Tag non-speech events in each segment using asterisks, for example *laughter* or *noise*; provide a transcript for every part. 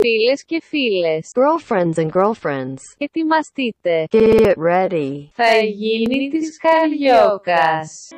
Φίλες και φίλες, girlfriends and girlfriends. ετοιμαστείτε. Get ready. Θα γίνει της Καριόκας.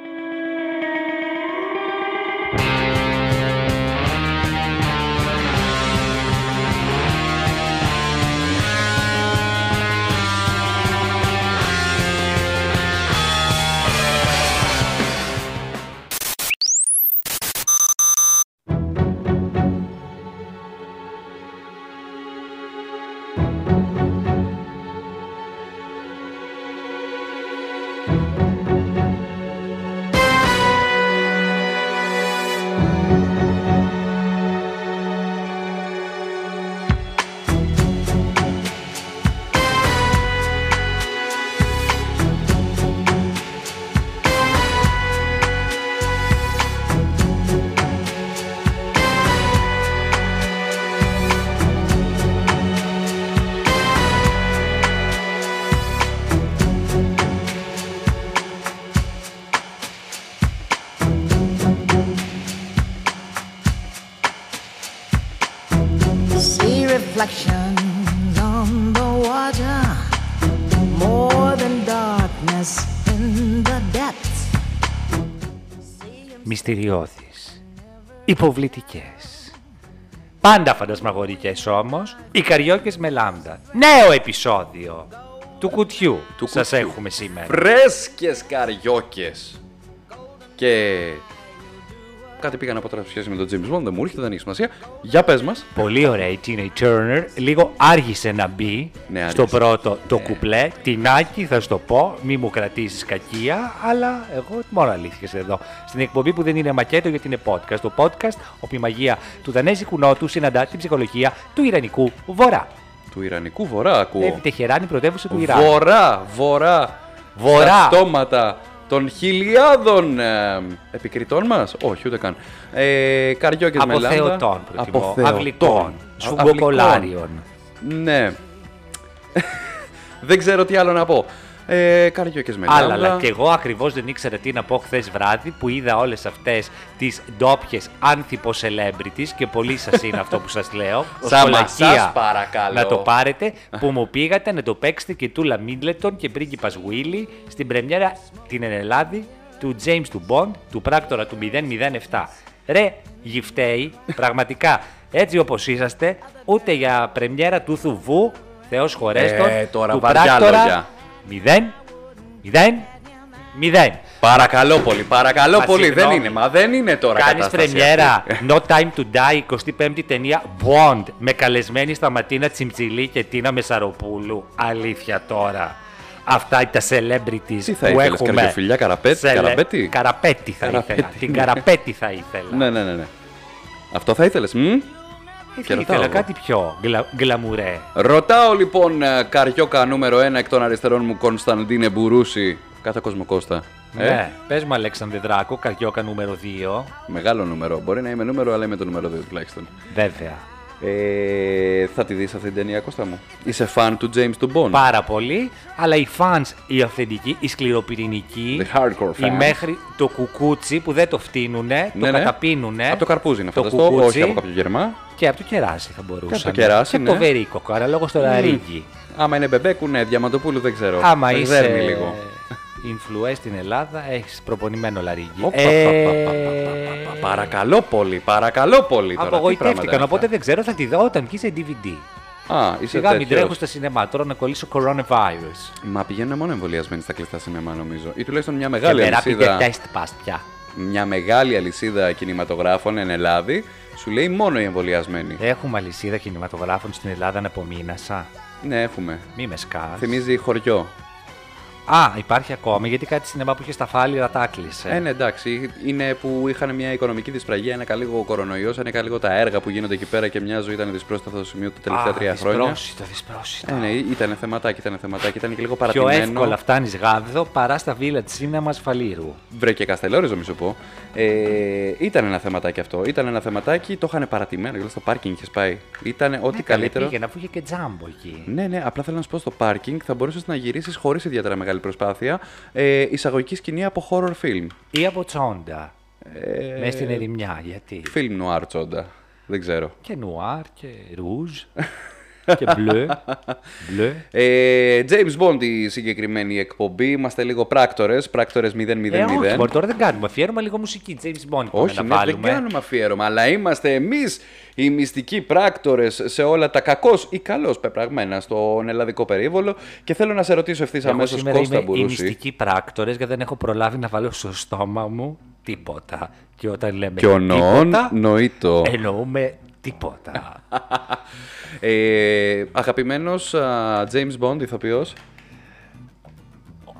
See reflections on the water, more than darkness in the depths. μυστηριώδεις, υποβλητικές. Πάντα φαντασμαγορικές όμως, οι καριόκες με λάμδα. Νέο επεισόδιο του κουτιού Του σας κουτιού. έχουμε σήμερα. Φρέσκες καριόκες. Και κάτι πήγα να πω τώρα σε σχέση με τον James Bond, δεν μου έρχεται, δεν έχει σημασία. Για πες μας. Πολύ ωραία η Tina Turner, λίγο άργησε να μπει Ναι, άργησε. στο πρώτο το κουπλέ. Τινάκι θα σου το πω, μη μου κρατήσεις κακία, αλλά εγώ μόνο αλήθειες εδώ. Στην εκπομπή που δεν είναι μακέτο γιατί είναι podcast. Το podcast όπου η μαγεία του δανέζικου νότου συναντά την ψυχολογία του Ιρανικού Βορρά. Του Ιρανικού Βορρά ακούω. Πρέπει Τεχεράνη Ε, πρωτεύουσα του Ιράν. Βορρά, βορρά. Βορρά. Στα στόματα των χιλιάδων ε, επικριτών μας. Όχι, ούτε καν. Ε, καριόκες με Από λάμδα. θεωτών προτιμώ. Από θεωτών. Αυλικών. Α- Σφουγγοκολάριων. αυλικών. Ναι. *laughs* δεν ξέρω τι άλλο να πω. Ε, καριόκες με Άλλα, λάμδα. αλλά και εγώ ακριβώς δεν ήξερα τι να πω χθες βράδυ που είδα όλες αυτές τις ντόπιες άνθιπο celebrities και πολύ σας είναι αυτό που σας *laughs* λέω. ως Σάμα, κολακία σας παρακαλώ. Να το πάρετε που μου πήγατε να το παίξετε και Τούλα Μίτλετον και πρίγκιπας Γουίλι στην πρεμιέρα την Ενελάδη του James του Bond του πράκτορα του 007. Ρε γυφταίοι, πραγματικά έτσι όπως είσαστε, ούτε για πρεμιέρα του Θουβού, Θεός χωρέστον, Ε, τώρα του βαριά πράκτορα λόγια. 0, 0, 0. Παρακαλώ πολύ, παρακαλώ Μα πολύ. συγγνώμη. Δεν είναι, μα δεν είναι τώρα Κάνεις κατάσταση πρεμιέρα αυτή. No Time to Die, 25η ταινία Bond με καλεσμένη στα Ματίνα Τσιμτσιλή και Τίνα Μεσαροπούλου. Αλήθεια τώρα. Αυτά τα celebrities Τι θα που ήθελες, έχουμε. καρδιοφιλιά, καραπέτη, Σελε- καραπέτη? Καραπέτη θα Καραπέτη, ήθελα. Την ναι. καραπέτη θα ήθελα. Ε, Ναι, ναι, ναι, ναι. Αυτό θα ήθελες, μ? Ήθελα- Χαιρετάω Ήθελα εγώ. κάτι πιο γκλα- γκλαμουρέ. Ρωτάω λοιπόν ε, καριόκα νούμερο 1 εκ των αριστερών μου Κωνσταντίνε Μπουρούση. Κατά κοσμοκόστα. Ε, Ναι. Πες μου Αλέξανδρε Δράκο, καριόκα νούμερο 2. Μεγάλο νούμερο. Μπορεί να είμαι νούμερο, αλλά είμαι το νούμερο 2 τουλάχιστον. Βέβαια. Ε, θα τη δεις αυτή την ταινία, Κώστα μου. Είσαι φαν του James του Bond. πάρα πολύ, αλλά οι fans οι αυθεντικοί, οι σκληροπυρηνικοί, The hardcore οι fans. μέχρι το κουκούτσι που δεν το φτύνουνε, το Ναι, ναι. καταπίνουνε. Από το καρπούζι είναι το φανταστό, κουκούτσι όχι από κάποιο γερμά. Και από το κεράσι θα μπορούσαν. Και από το κεράσι, Και από το ναι. βερίκοκο, αναλόγω στο ραρίγι. Άμα είναι μπεμπέκου, ναι, διαμαντοπούλου δεν ξέρω. Άμα Με είσαι δέρνει Ε, λίγο. influence στην Ελλάδα, έχεις προπονημένο λαρίγι. Οπα, Ε, πα, πα, πα, πα, πα, πα, Παρακαλώ πολύ, παρακαλώ πολύ τώρα. Τι πράγματα Απογοητεύτηκαν, είναι οπότε δεν ξέρω, θα τη δω όταν βγεις σε DVD. αυτά. Α, είσαι Σιγά μην τέτοιος. τρέχω στα σινεμά, τώρα να κολλήσω coronavirus. Μα πηγαίνουν μόνο εμβολιασμένοι στα κλειστά σινεμά, νομίζω. Ή τουλάχιστον μια Και μεγάλη μερά πήγε αλυσίδα. test pass πια. Μια μεγάλη αλυσίδα κινηματογράφων εν Ελλάδη σου λέει μόνο οι εμβολιασμένοι. Έχουμε αλυσίδα κινηματογράφων στην Ελλάδα να απομείνασα. Ναι, έχουμε. Μη με σκάς. Θυμίζει χωριό. Α, υπάρχει ακόμα γιατί κάτι σινεμά που είχε στα φάλιρα τα κλείσε. Ε, ναι, εντάξει. Είναι που είχαν μια οικονομική δυσπραγία, ένα λίγο ο κορονοϊός, ένα λίγο τα έργα που γίνονται εκεί πέρα και μια ζωή ήταν δυσπρόσιτα αυτό το σημείο τα τελευταία Α, τρία χρόνια. Δυσπρόσιτο, δυσπρόσιτο. Ε, ναι, ήταν θεματάκι, ήταν θεματάκι, ήταν και λίγο Πιο παρατημένο. εύκολα φτάνεις γάβδο παρά στα βίλα τη σύναμα φαλήρου. Βρε και Καστελόριζο, μη σου πω. Ε, ήταν ένα θεματάκι αυτό. Ήταν ένα θεματάκι, το είχαν παρατημένο. Δηλαδή στο πάρκινγκ είχες πάει. Ήταν ό,τι Ναι, καλέ, καλύτερο. Πήγαινα που είχε και τζάμπο εκεί. Ναι, ναι, απλά θέλω να σου πω στο πάρκινγκ θα μπορούσες να γυρίσεις χωρίς ιδιαίτερα μεγάλη προσπάθεια ε, εισαγωγική σκηνή από horror film. Ή από τσόντα. Ε... Μέσα στην ερημιά, γιατί. Film noir τσόντα. Δεν ξέρω. Και νουάρ και *laughs* ρούζ και μπλε. μπλε. Ε, James Bond η συγκεκριμένη εκπομπή. Είμαστε λίγο πράκτορες, πράκτορες 000. Ε, όχι, μωρέ, τώρα δεν κάνουμε. Αφιέρωμα λίγο μουσική. James Bond είπαμε Όχι, να ναι, δεν βάλουμε. κάνουμε αφιέρωμα, αλλά είμαστε εμείς οι μυστικοί πράκτορες σε όλα τα κακώς ή καλώς πεπραγμένα στον ελλαδικό περίβολο. Και θέλω να σε ρωτήσω ευθύς Εγώ αμέσως, σήμερα Κώστα είμαι οι Μπουρούση. μυστικοί πράκτορες γιατί δεν έχω προλάβει να βάλω στο στόμα μου τίποτα. Και όταν λέμε Και ο νοών, τίποτα, Ε, νοήτο. εννοούμε *laughs* τίποτα. Ε, Αγαπημένος James Bond, ηθοποιό.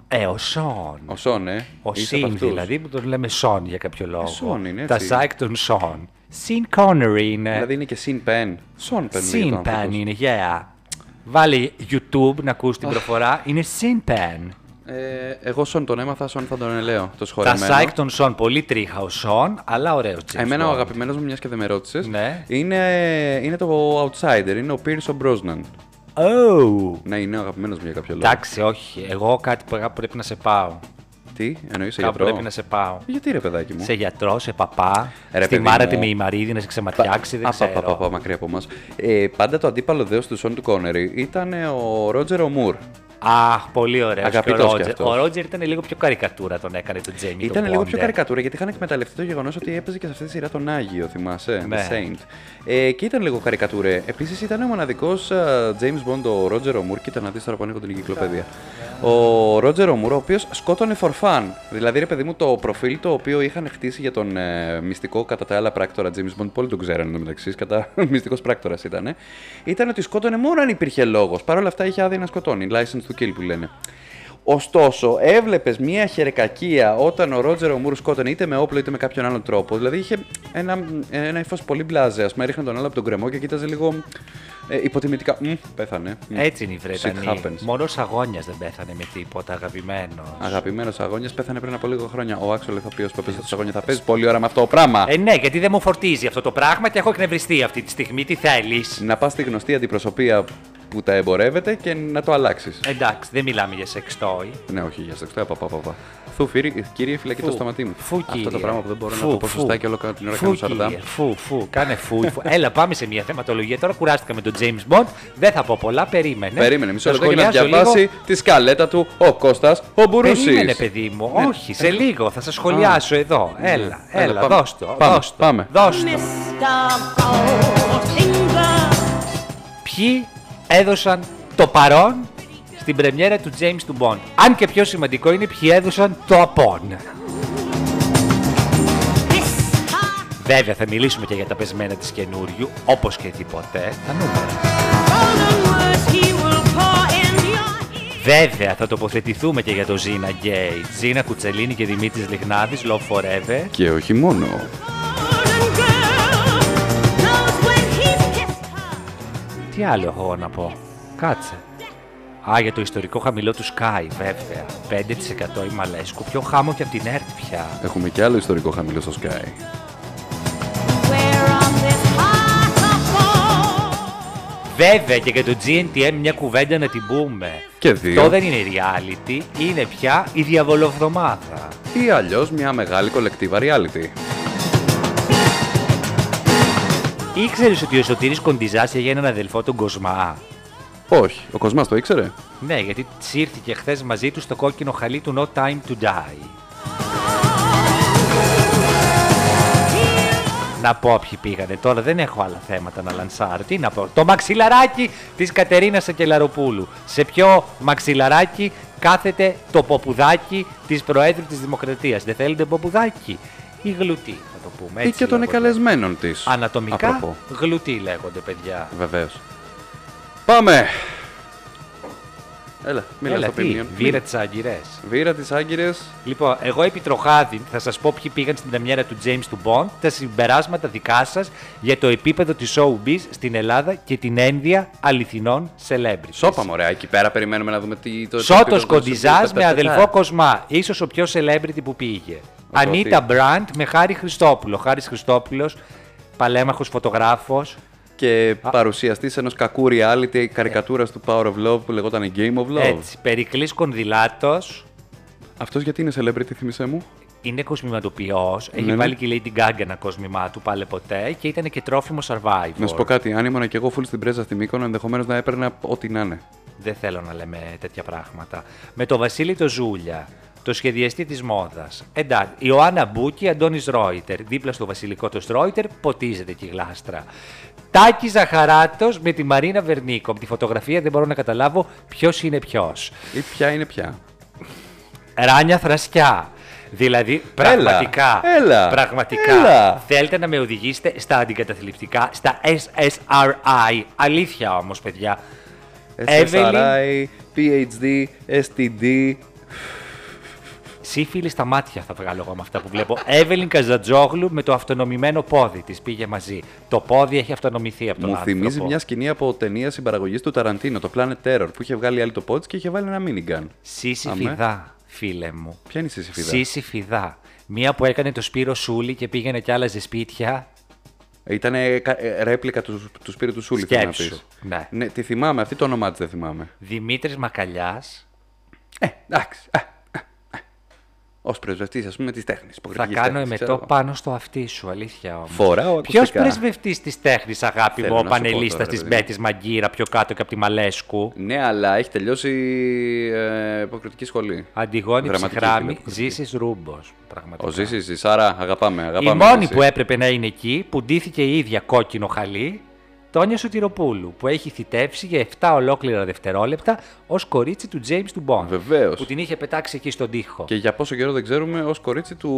ε, ο Σον. Ο Σόν, ε. Ο Είσαι Σιν από αυτούς. δηλαδή που τον λέμε Σον για κάποιο λόγο. Σον είναι, Τα έτσι. Ζάικ των Σον. Σιν Κόνερι είναι. Δηλαδή είναι και Sin Pen. Σον Pen. λέγεται ο Sin Pen άνθρωπος. είναι, yeah. Βάλει YouTube να ακούσει την προφορά. είναι Sin Pen. Ε, εγώ Σον τον έμαθα, Σον θα τον ελέω. Το Τα σχολείο. Σάικ των Σον. Πολύ τρίχα ο Σον, αλλά ωραίος James Εμένα ο Bond. αγαπημένος μου, μιας και δεν με ρώτησες, Ναι. είναι, είναι το Outsider, είναι ο Pierce ο Brosnan. Oh. Ναι, είναι ο αγαπημένος μου για κάποιο λόγο. Εντάξει, όχι. Εγώ κάτι που κάπου πρέπει να σε πάω. Τι, εννοείς σε Κάπου γιατρό. πρέπει να σε πάω. Γιατί ρε παιδάκι μου. Σε γιατρό, σε παπά. Ρε, στη παιδί μάρα μου. τη με η Μαρίδη να σε ξεματιάξει. Δεν Α, πα, ξέρω. πα, πα, πα, μακριά από εμάς. Ε, πάντα το αντίπαλο δέος του Σον του Κόνερι ήταν ε, ο Ρότζερ Ομούρ. Αχ, πολύ ωραίο. Αγαπητός ο κι Ρότζερ. αυτός. Ο Ρότζερ ήταν λίγο πιο καρικατούρα τον έκανε τον Τζέιμι. Ήταν τον λίγο πιο Bonner. καρικατούρα γιατί είχαν εκμεταλλευτεί το γεγονός ότι έπαιζε και σε αυτή τη σειρά τον Άγιο, θυμάσαι. Ναι. The Saint. Ε, και ήταν λίγο καρικατούρε. Επίσης ήταν ο μοναδικός James Bond, ο Ρότζερ Ομούρ. Κοίτα να δεις τώρα που ανοίγω την εγκυκλοπαίδεια. Ο Ρότζερ Ομούρ, ο οποίος σκότωνε for fun. Δηλαδή, ρε παιδί μου, το προφίλ το οποίο είχαν χτίσει για τον ε, μυστικό κατά τα άλλα πράκτορα James Bond, πολύ τον ξέρανε εν τω μεταξύ, κατά *laughs* μυστικός πράκτορας ήταν. Ήταν ότι σκότωνε μόνο αν υπήρχε λόγος. Παρ' όλα αυτά είχε άδεια να σκοτώνει. License to kill που λένε. Ωστόσο, έβλεπες μια χερεκακία όταν ο Ρότζερ Ομούρ σκότωνε είτε με όπλο είτε με κάποιον άλλον τρόπο. Δηλαδή είχε ένα, ένα ύφο πολύ μπλάζε. Ας πούμε, έριχναν τον άλλο από τον κρεμό και κοίταζε λίγο ε, υποτιμητικά. Μμ, πέθανε. Έτσι είναι η Βρετανή. happens. Μόνος αγώνιας δεν πέθανε με τίποτα, αγαπημένος. Αγαπημένος αγώνιας πέθανε πριν από λίγο χρόνια. Ο Άξολ ηθοποιός που έπαιζε του αγώνια θα παίζει πολύ ώρα με αυτό το πράγμα. Ε, ναι, γιατί δεν μου φορτίζει αυτό το πράγμα και έχω εκνευριστεί αυτή τη στιγμή. Τι θέλεις. Να πας στη γνωστή αντιπροσωπεία που τα εμπορεύεται και να το αλλάξεις. Εντάξει, δεν μιλάμε για σεξτόι. Ναι, όχι, για σεξτά, παπα, παπα. Θου, φύρι, κύριε, φυλακή το Ε. Φου. σταματί μου. Φου, Αυτό το κύριε. πράγμα που δεν μπορώ Φου, να το πω φου. σωστά και όλο κάνω την ώρα Φου, κάνω σαρδάμ. κύριε. Φου, φου, κάνε φου. *laughs* φου. Έλα, πάμε σε μια θεματολογία. Τώρα κουράστηκα με τον James Bond. Δεν θα πω πολλά, περίμενε. Περίμενε μισό Θα λεπτό και να Ναι. σχολιάσω διαβάσει λίγο. τη σκαλέτα του ο Κώστας ο Μπουρούσης. Περίμενε, παιδί μου. Ναι. Όχι, σε λίγο θα σας σχολιάσω εδώ. Έλα, Έλα, έλα, πάμε. δώσ' το. Πάμε, δώσ' το, πάμε. δώσ' το. Mr. Bond of England. ποιοι έδωσαν το παρόν στην πρεμιέρα του James του Bond. Αν και πιο σημαντικό είναι ποιοι έδωσαν το απόν. Βέβαια θα μιλήσουμε και για τα πεσμένα της καινούριου, όπως και τίποτε, τα νούμερα. Βέβαια θα τοποθετηθούμε και για το Ζήνα Γκέι, Ζήνα Κουτσελίνη και Δημήτρης Λιχνάδης, Love Forever. Και όχι μόνο. Τι άλλο έχω εγώ να πω. Κάτσε. Α, για το ιστορικό χαμηλό του Sky, βέβαια. 5% η Μαλέσκου, πιο χάμο και από την ΕΡΤ πια. Έχουμε και άλλο ιστορικό χαμηλό στο Sky. Βέβαια και για το GNTM μια κουβέντα να την πούμε. Και δύο. Αυτό δεν είναι reality, είναι πια η διαβολοβδομάδα. Ή αλλιώς μια μεγάλη κολεκτίβα reality. Ήξερες ότι ο Σωτήρης Κοντιζάς είχε έναν αδελφό τον Κοσμά. Όχι, ο Κοσμάς το ήξερε. Ναι, γιατί τσίρθηκε χθες μαζί του στο κόκκινο χαλί του No Time to Die. Να πω ποιοι πήγανε τώρα, δεν έχω άλλα θέματα να λανσάρω. Τι να πω, το μαξιλαράκι της Κατερίνας Ακελαροπούλου. Σε ποιο μαξιλαράκι κάθεται το ποπουδάκι της Προέδρου της Δημοκρατίας. Δεν θέλετε ποπουδάκι ή γλουτί, θα το πούμε. Ή έτσι και των λέγονται. εκαλεσμένων της. Ανατομικά γλουτί λέγονται, παιδιά. Βεβαίως. Πάμε! Έλα, μίλα Έλα, στο τι, ποιμίον. βίρα τις άγκυρες. Βίρα τη Άγκυρες. Λοιπόν, εγώ επί τροχάδι θα σας πω ποιοι πήγαν στην πρεμιέρα του James του Bond, τα συμπεράσματα δικά σας για το επίπεδο της showbiz στην Ελλάδα και την ένδυα αληθινών celebrities. Σόπα μωρέ, εκεί πέρα περιμένουμε να δούμε τι. το- Σότος το- το- Κοντιζάς το- με αδελφό Κοσμά, ίσως ο πιο celebrity που πήγε. Ανίτα Μπραντ με Χάρη Χριστόπουλο. Χάρης Χριστόπουλος, παλέμαχος φωτογράφος. και παρουσιαστής ενός κακού Ε. reality καρικατούρας του Power of Love που λεγόταν Game of Love. Έτσι, Περικλής Κονδυλάτος. Αυτός γιατί είναι celebrity, θύμισε μου. είναι κοσμηματοποιός. Έχει Ναι, ναι. βάλει και η Lady Gaga ένα κοσμημά του πάλι ποτέ και ήταν και τρόφιμο survivor. Να σου πω κάτι, αν ήμουν και εγώ full στην πρέζα στη Μύκονο, ενδεχομένως να έπαιρνα ό,τι να είναι. Δεν θέλω να λέμε τέτοια πράγματα. Με το Βασίλη το Ζούλια, το σχεδιαστή της μόδας. Εντάξει, Ιωάννα Μπούκη, Αντώνης Ρόιτερ. Δίπλα στο βασιλικό του Ρόιτερ ποτίζεται και η γλάστρα. Τάκη Ζαχαράτος με τη Μαρίνα Βερνίκο. Από τη φωτογραφία δεν μπορώ να καταλάβω ποιος είναι ποιος. Ή ποια είναι ποια. Ράνια Θρασκιά. Δηλαδή, Έλα, πραγματικά, έλα, πραγματικά έλα. θέλετε να με οδηγήσετε στα αντικαταθλιπτικά, στα SSRI. Αλήθεια όμως, παιδιά. Evelyn, SSRI, PhD, STD. Σύφυλλη στα μάτια θα βγάλω εγώ με αυτά που βλέπω. Εύελιν Καζατζόγλου με το αυτονομημένο πόδι της πήγε μαζί. Το πόδι έχει αυτονομηθεί από τον Μου άνθρωπο. θυμίζει μια σκηνή από ταινία συμπαραγωγής του Ταραντίνο, το Planet Terror, που είχε βγάλει άλλη το πότσι και είχε βάλει ένα minigun. Σύση Αμέ. φιδά, φίλε μου. Ποια είναι η Σύση Φιδά? Σύση φιδά. Μία που έκανε το Σπύρο Σούλη και πήγαινε και άλλαζε σπίτια. Ήταν ε, ρέπλικα του, του Σπύρου του Σούλη, θέλω να Σκέψου, πεις. ναι. Τη θυμάμαι, αυτή το όνομά της δεν θυμάμαι. Δημήτρης Μακαλιάς. Ε, εντάξει. Ως πρεσβευτής, ας πούμε, της τέχνης. Θα κάνω εμετό πάνω στο αυτί σου, αλήθεια όμως. Φοράω Ποιο ακουστικά. πρεσβευτής της τέχνης, αγάπη Θέλω μου, ο να σου πω πανελίστα τώρα, τη ρε παιδί μου. Μπέτης Μαγκύρα πιο κάτω και από τη Μαλέσκου. Ναι, αλλά έχει τελειώσει ε, υποκριτική σχολή. Αντιγόνη Δραματική, φίλε, Ψυχράμη, υποκριτική. Ζήσης Ρούμπος. Πραγματικά. Ο Ζήσης, Ζησάρα, αγαπάμε. Η αγαπάμε μόνη Ζήση. που έπρεπε να είναι εκεί, που ντύθηκε η ίδια κόκκινο χαλί, Τόνια Σωτηροπούλου, που έχει θητεύσει για 7 ολόκληρα δευτερόλεπτα ως κορίτσι του James του Bond. Βεβαίως. Που την είχε πετάξει εκεί στον τοίχο. Και για πόσο καιρό δεν ξέρουμε, ως κορίτσι του.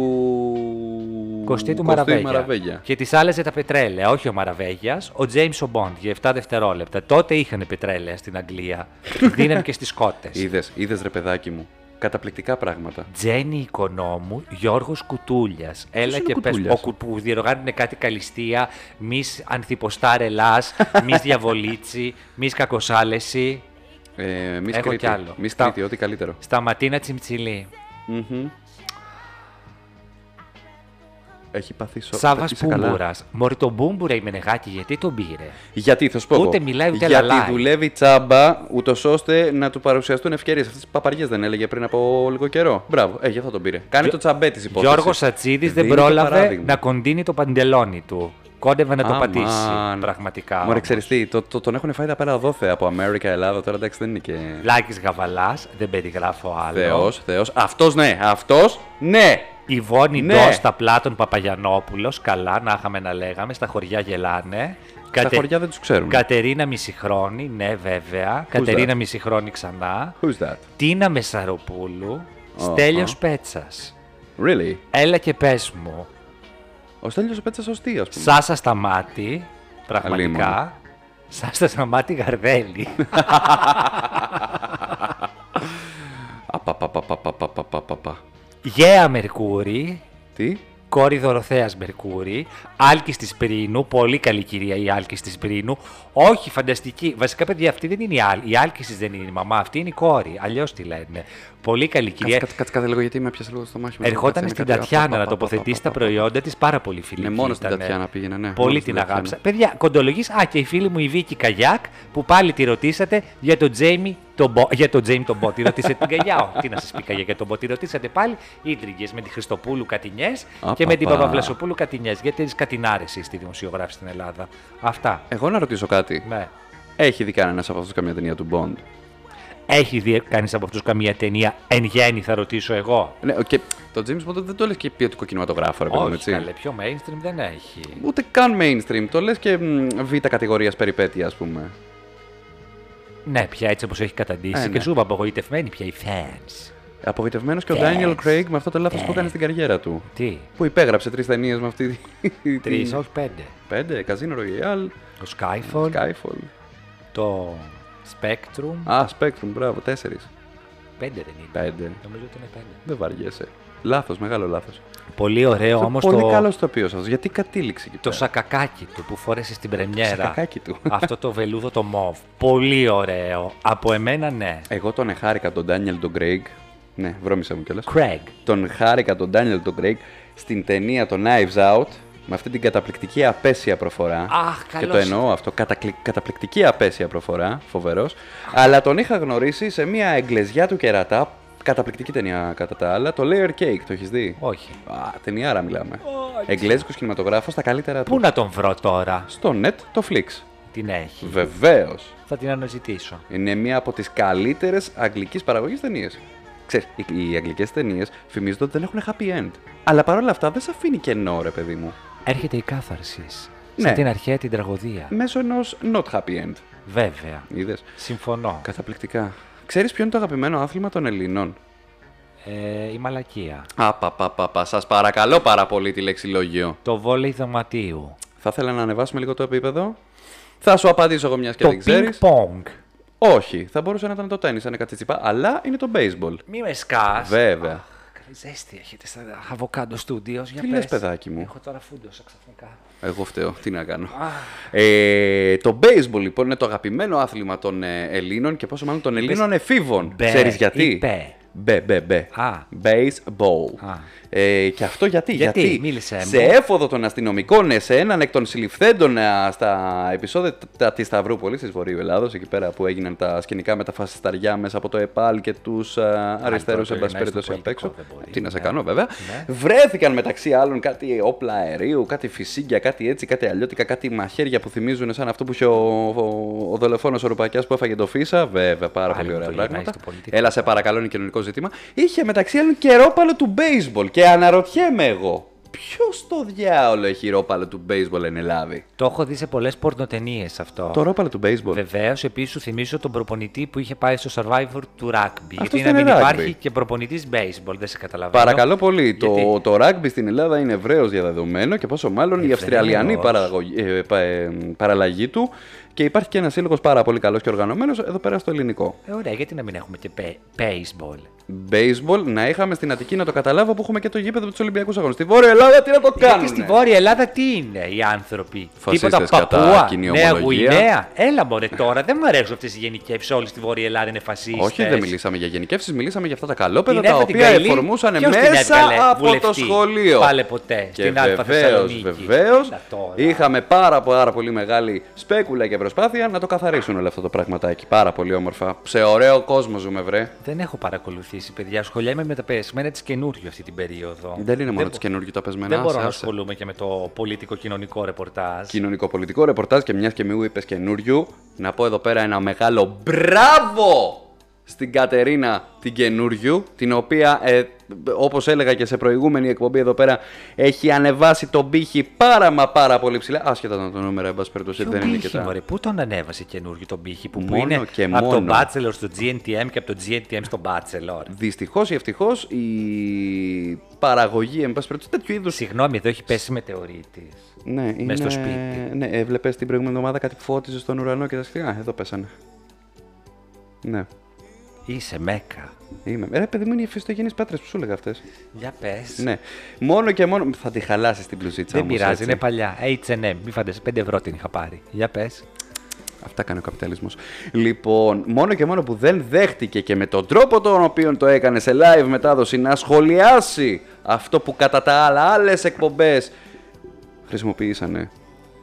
Κωστή του Κωστή Μαραβέγια. Και τη άλλαζε τα πετρέλαια, όχι ο Μαραβέγιας, ο James ο Bond για 7 δευτερόλεπτα. Τότε είχαν πετρέλαια στην Αγγλία. Δίναν και στις κότες. Είδες, είδες ρε παιδάκι μου. Καταπληκτικά πράγματα. Τζένι Οικονόμου, Γιώργος Κουτούλιας. Έλα είναι και ο πες. Κουτούλιας? Που διοργάνωνε κάτι καλυστία. Μης Ανθιποστάρ Ελλά. *laughs* Μης Διαβολίτσι. Μης Κακοσάλεση. Ε, μης Έχω κι σκρίτη. άλλο. Μης Τα- σκρίτη, ό,τι καλύτερο. Σταματίνα Τσιμτσιλή. Μμμ. Έχει πάθει σο... Σάβα είσαι καλά. Πούμπουρας. Μωρή τον Μπούμπουρα η Μενεγάκη, γιατί τον πήρε. Γιατί θα σου πω. Ούτε εγώ. μιλάει, ούτε Γιατί λαλάει. δουλεύει τσάμπα, ούτως ώστε να του παρουσιαστούν ευκαιρίες. Αυτές τις παπαριές δεν έλεγε πριν από λίγο καιρό. Μπράβο, ε, γι' αυτό τον πήρε. Κάνει Γιώ- το τσαμπέ της υπόθεσης. Γιώργος Σατσίδη δεν Δίνει το πρόλαβε παράδειγμα. να κοντίνει το παντελόνι του. Κόντευε να το Αμάν. πατήσει. Πραγματικά. Μωρέ, ξέρεις τι, το, το, τον έχουν φάει τα πέρα δόθε από Αμέρικα, Ελλάδα. Τώρα εντάξει δεν είναι και. Λάκη Γαβαλάς, δεν περιγράφω άλλο. Θεός, Θεός. Αυτός ναι, αυτός ναι. Η Βόνη Ναι. Ντός στα πλάτων Παπαγιανόπουλος. Καλά, να είχαμε να λέγαμε. Στα χωριά γελάνε. Τα χωριά δεν τους ξέρουν. Κατερίνα Μισηχρόνη, ναι, βέβαια. Κατερίνα that? Μισηχρόνη ξανά. Who's that? Τίνα Μεσαροπούλου. Αχα. Στέλιος Πέτσας. Really? Έλα και πες μου. Ο Στέλιος ο Πέτσας σωστή, ας πούμε. Σάσα Σταμάτη. Αλίμονο. Πραγματικά. Σάσα Σταμάτη Γαρδέλη. *laughs* Απαπαπαπαπαπαπαπαπα. Γέα Μερκούρη. Τι? Κόρη Δωροθέας Μερκούρη, Άλκης της Πρίνου, πολύ καλή κυρία η Άλκης της Πρίνου. Όχι, φανταστική. Βασικά, παιδιά, αυτή δεν είναι η Άλκη. Η Άλκης της δεν είναι η μαμά, αυτή είναι η κόρη. Αλλιώς τη λένε. Πολύ καλή Κάτσε, κυρία. κάτσε, κάτσε, κάτσε λίγο γιατί με πιάσε λίγο στο μάχη. μου. Κάτσε, Ερχόταν είναι στην κάτι- Τατιάνα να απαπαπαπαπα. τοποθετήσει τα προϊόντα της, πάρα πολύ φιλική. Ναι, μόνος στην ήτανε. Τατιάνα πήγαινε, ναι, μόνο Πολύ στην την Τατιάνα. αγάπησα. Παιδιά, κοντολογή. Α, και η φίλη μου η Βίκη Καγιάκ, που πάλι τη ρωτήσατε για τον Τζέιμι τον Μπο. Για τον Τζέιμι τον Μπο. Τη ρωτήσατε την *laughs* Καγιάο. Τι να σας πει Καγιάκ για τον Μπο. Τη ρωτήσατε πάλι ίντριγκες με τη Χριστοπούλου Κατινιές και με την Απαπα. Παπαβλασοπούλου Κατινιές. Γιατί τις κατινάρες στη δημοσιογράφη στην Ελλάδα. Αυτά. Εγώ να ρωτήσω κάτι. Ναι. Έχει δει κανένας από αυτούς καμία ταινία του Bond. Έχει δει κανείς από αυτούς καμία ταινία εν γέννη, θα ρωτήσω εγώ. Ναι, και το James Bond δεν το λες και ποιοτικό κινηματογράφο, ρε παιδί μου, Όχι, έτσι. καλέ, πιο mainstream δεν έχει. Ούτε καν mainstream. Το λες και μ, β' κατηγορίας περιπέτεια, ας πούμε. Ναι, πια έτσι όπως έχει καταντήσει. Ε, ναι. Και σου είπα απογοητευμένοι πια οι fans. Απογοητευμένος και ο Daniel Craig με αυτό το λάθος που έκανε στην καριέρα του. Τι, Που υπέγραψε τρεις ταινίες με αυτή. τη- τρεις, την- όχι πέντε. *laughs* Πέντε, Casino Royale, Το Skyfall, Skyfall. το Spectrum. Α, Spectrum, μπράβο, τέσσερις. Πέντε δεν είναι. Πέντε. Νομίζω ότι είναι πέντε. Δεν βαριέσαι. Λάθος, μεγάλο λάθος. Πολύ ωραίο όμως Πολύ Ε, το, καλό το οποίο σας. Γιατί κατήληξε εκεί το πέρα. σακακάκι του που φόρεσες στην πρεμιέρα. σακακάκι του. *laughs* Αυτό το βελούδο το μοβ. Πολύ ωραίο. Από εμένα ναι. Εγώ τον εχάρηκα τον Daniel τον Craig. Ναι, βρώμησα μου κιόλας. Craig. Τον χάρηκα τον Daniel τον Craig στην ταινία το Knives Out με αυτή την καταπληκτική απέσια προφορά. Αχ, και καλός. το εννοώ αυτό. κατακλυ- Καταπληκτική απέσια προφορά, φοβερός. Αλλά τον είχα γνωρίσει σε μια εγκλεζιά του κερατά Καταπληκτική ταινία κατά τα άλλα. Το Layer Cake, το έχεις δει. Όχι. Α, ταινιάρα μιλάμε. Εγγλέζικος κινηματογράφος, τα καλύτερα Πού του. να τον βρω τώρα. Στο net το Flix. Την έχει. Βεβαίως. Θα την αναζητήσω. Είναι μία από τις καλύτερες αγγλικής παραγωγής ταινίες. Ξέρεις, οι, οι αγγλικές ταινίες φημίζονται ότι δεν έχουν happy end. Αλλά παρόλα αυτά δεν σε αφήνει κενό, ρε παιδί μου. Έρχεται η κάθαρσης. Ναι. Σαν την αρχαία την τραγωδία. Μέσω ενός not happy end. Βέβαια. Είδες. Συμφωνώ. Καταπληκτικά. Ξέρεις ποιο είναι το αγαπημένο άθλημα των Ελλήνων. Ε, η μαλακία. Απαπαπαπα, σας παρακαλώ πάρα πολύ τη λεξιλόγιο. Το βόλεϊ δωματίου. Θα ήθελα να ανεβάσουμε λίγο το επίπεδο. Θα σου απαντήσω εγώ μιας και το δεν ξέρεις. ping pong. Όχι, θα μπορούσε να ήταν το τέννη, αν είναι κάτι τσιπά, αλλά είναι το baseball. Μη με σκάς. Βέβαια. Ζέστη έχετε στα αβοκάντο στούντιος. Τι λες, παιδάκι μου? Έχω τώρα φούντοσα ξαφνικά. Εγώ φταίω, τι να κάνω. ε, το baseball λοιπόν είναι το αγαπημένο άθλημα των ε, Ελλήνων και πόσο μάλλον των Ελλήνων εφήβων. Μπε Ξέρεις γιατί. ή πε? Μπε, μπε, μπε. Α. Baseball. Α. Ε, και αυτό γιατί, Γιατί, μίλησέ μου. σε έφοδο των αστυνομικών, ε, σε έναν εκ των συλληφθέντων ε, στα επεισόδια τα, της Σταυρούπολης της Βορείου Ελλάδος, εκεί πέρα που έγιναν τα σκηνικά με τα φασισταριά μέσα από το ΕΠΑΛ και τους ε, αριστερούς τώρα, εν πάση να περίπτωση είσαι απ' έξω. λοιπόν, πολιτικό, δεν μπορεί. Τι να σε Ναι. κάνω βέβαια. Ναι. Βρέθηκαν μεταξύ άλλων κάτι όπλα αερίου, κάτι φυσίγγια, κάτι έτσι, κάτι αλλιώτικα, κάτι μαχαίρια που θυμίζουν σαν αυτό που είχε ο, ο, ο δολοφόνος ο Ρουπακιάς που έφαγε το Φίσα. Βέβαια, πάρα Πάλι πολύ με ωραία το γυρνάει πράγματα. στο πολιτικός. Έλα, σε παρακαλώ, είναι κοινωνικό ζήτημα. Είχε μεταξύ άλλων και ρόπαλο του baseball. Και αναρωτιέμαι εγώ, ποιος το διάολο έχει ρόπαλο του baseball εν Ελλάδη. Το έχω δει σε πολλές πορνοτενίες αυτό. Το ρόπαλο του baseball. Βεβαίως, επίσης σου θυμίζω τον προπονητή που είχε πάει στο survivor του rugby. γιατί να ήταν μην rugby. υπάρχει και προπονητής baseball, δεν σε καταλαβαίνω. Παρακαλώ πολύ, Γιατί? το, το rugby στην Ελλάδα είναι ευρέω διαδεδομένο και πόσο μάλλον η Ευρέως. Αυστραλιανή παραγωγή- ε, πα- ε, παραλλαγή του. Και υπάρχει και ένας σύλλογος πάρα πολύ καλός και οργανωμένος εδώ πέρα στο ελληνικό. Ε, ωραία, γιατί να μην έχουμε και πε- baseball. Baseball, να είχαμε στην Αττική να το καταλάβω που έχουμε και το γήπεδο τους Ολυμπιακούς Αγώνες. Στη Βόρεια Ελλάδα τι να το κάνουν. Γιατί στη Βόρεια Ελλάδα τι είναι οι άνθρωποι. Φασίστες Τίποτα κατά παππούα, κοινή νέα ομολογία. Γουινέα. Έλα μωρέ τώρα, δεν μου αρέσουν αυτές οι γενικεύσεις. Όλοι στη Βόρεια Ελλάδα είναι φασίστες. Όχι, δεν μιλήσαμε για γενικεύσεις, μιλήσαμε για αυτά τα καλόπεδα Την τα έφερε την οποία Καλή. εφορμούσαν Ποιος την έβγαλε μέσα από το βουλευτή? σχολείο. Πάλε ποτέ. Και στην Αλφα βεβαίως, Θεσσαλονίκη. βεβαίως, Έλα τώρα. είχαμε πάρα, πάρα πολύ μεγάλη σπέκουλα και προσπάθεια να το καθαρίσουν όλο αυτό το πραγματάκι. Πάρα πολύ όμορφα. Σε ωραίο κόσμο ζούμε, βρε. Δεν έχω παρακολουθήσει, παιδιά. Σχολιάμαι με τα πεσμένα τη καινούριου αυτή την περίοδο. Δεν είναι μόνο μπο- του καινούργιου τα πεσμένα. Δεν μπορώ να άσε, άσε. ασχολούμαι και με το πολιτικο-κοινωνικό ρεπορτάζ. Κοινωνικοπολιτικό ρεπορτάζ και μιας και μου είπες καινούριου, να πω εδώ πέρα ένα μεγάλο μπράβο στην Κατερίνα την καινούριου, την οποία ε, όπως έλεγα και σε προηγούμενη εκπομπή εδώ πέρα έχει ανεβάσει τον πύχη πάρα μα πάρα πολύ ψηλά, άσχετα να το νούμερα εν πάση περιπτώσει Ποιο δεν είναι και πύχη, τα... μωρέ, πού τον ανέβασε καινούριο τον πύχη που, που Μόνο είναι και από τον μόνο. Bachelor στο GNTM και από το GNTM στο Bachelor. Δυστυχώς ή ευτυχώς η παραγωγή εν πάση περιπτώσει τέτοιου είδους Συγγνώμη, εδώ έχει πέσει μετεωρίτη. Ναι, είναι... στο σπίτι. Ναι, έβλεπες την προηγούμενη εβδομάδα κάτι που φώτιζε στον ουρανό και τα σχετικά. Α, Εδώ πέσανε. Ναι. Είσαι μέκα. Είμαι. Ρε, παιδί μου, είναι οι φυστογενεί πέτρε που σου έλεγα αυτέ. Για πες. Ναι. Μόνο και μόνο. Θα τη χαλάσεις την πλουζίτσα Δεν όμως, πειράζει, έτσι. είναι παλιά. HM, μη φανταστεί. 5 ευρώ την είχα πάρει. Για πες. Αυτά κάνει ο καπιταλισμός. Λοιπόν, μόνο και μόνο που δεν δέχτηκε και με τον τρόπο τον οποίο το έκανε σε live μετάδοση να σχολιάσει αυτό που κατά τα άλλα άλλες εκπομπές χρησιμοποίησανε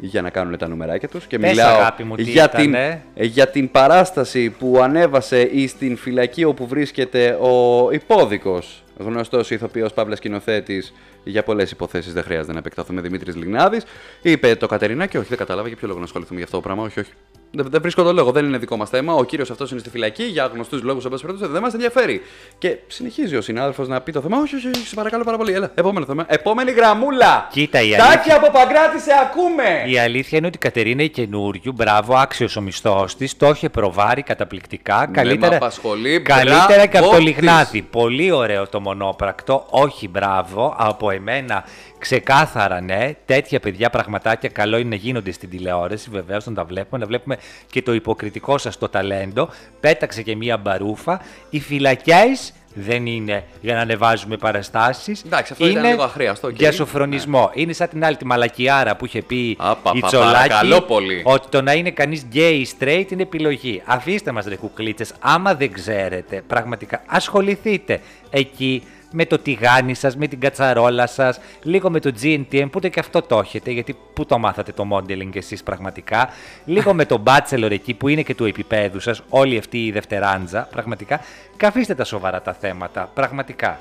για να κάνουν τα νούμεράκια τους και Πες, μιλάω αγάπη μου, τι για, ήτανε. την, ε, για την παράσταση που ανέβασε ή στην φυλακή όπου βρίσκεται ο υπόδικος γνωστός ηθοποιός Παύλας σκηνοθέτης για πολλές υποθέσεις δεν χρειάζεται να επεκταθούμε Δημήτρης Λιγνάδης είπε το Κατερινάκι όχι δεν κατάλαβα για ποιο λόγο να ασχοληθούμε για αυτό το πράγμα όχι όχι δεν, δεν βρίσκω το λόγο, δεν είναι δικό μας θέμα. Ο κύριος αυτός είναι στη φυλακή για γνωστούς λόγους, εν πάση περιπτώσει, δεν μας ενδιαφέρει. Και συνεχίζει ο συνάδελφος να πει το θέμα. Όχι, όχι, όχι, σε παρακαλώ πάρα πολύ. Έλα, επόμενο θέμα. Επόμενη γραμμούλα. Κοίτα, η Τάκη από Παγκράτη, σε ακούμε. Η αλήθεια είναι ότι η Κατερίνα η καινούριου, μπράβο, άξιος ο μισθός της, το είχε προβάρει καταπληκτικά. Ναι, καλύτερα μ' απασχολεί, καλύτερα και από το μπράβο Λιγνάδι. Πολύ ωραίο το μονόπρακτο. Όχι, μπράβο, από εμένα ξεκάθαρα ναι. Τέτοια παιδιά πραγματάκια καλό είναι να γίνονται στην τηλεόραση. Βεβαίως, να τα βλέπουμε, να βλέπουμε και το υποκριτικό σας το ταλέντο. Πέταξε και μία μπαρούφα. Οι φυλακέ δεν είναι για να ανεβάζουμε παραστάσεις. Εντάξει, αυτό ήταν λίγο αχρίαστο, οκ. Για σοφρονισμό. Είναι σαν την άλλη τη μαλακιάρα που είχε πει Απα, η πα, Τσολάκη παρακαλώ πολύ. ότι το να είναι κανείς gay ή straight είναι επιλογή. Αφήστε μας ρε κουκλίτσες, άμα δεν ξέρετε, πραγματικά ασχοληθείτε εκεί με το τηγάνι σας, με την κατσαρόλα σας, λίγο με το GNTM που ούτε και αυτό το έχετε, γιατί πού το μάθατε το modeling εσείς πραγματικά. Λίγο με το bachelor εκεί που είναι και του επίπεδου σας, όλη αυτή η δευτεράντζα, πραγματικά. Καθίστε τα σοβαρά τα θέματα, πραγματικά.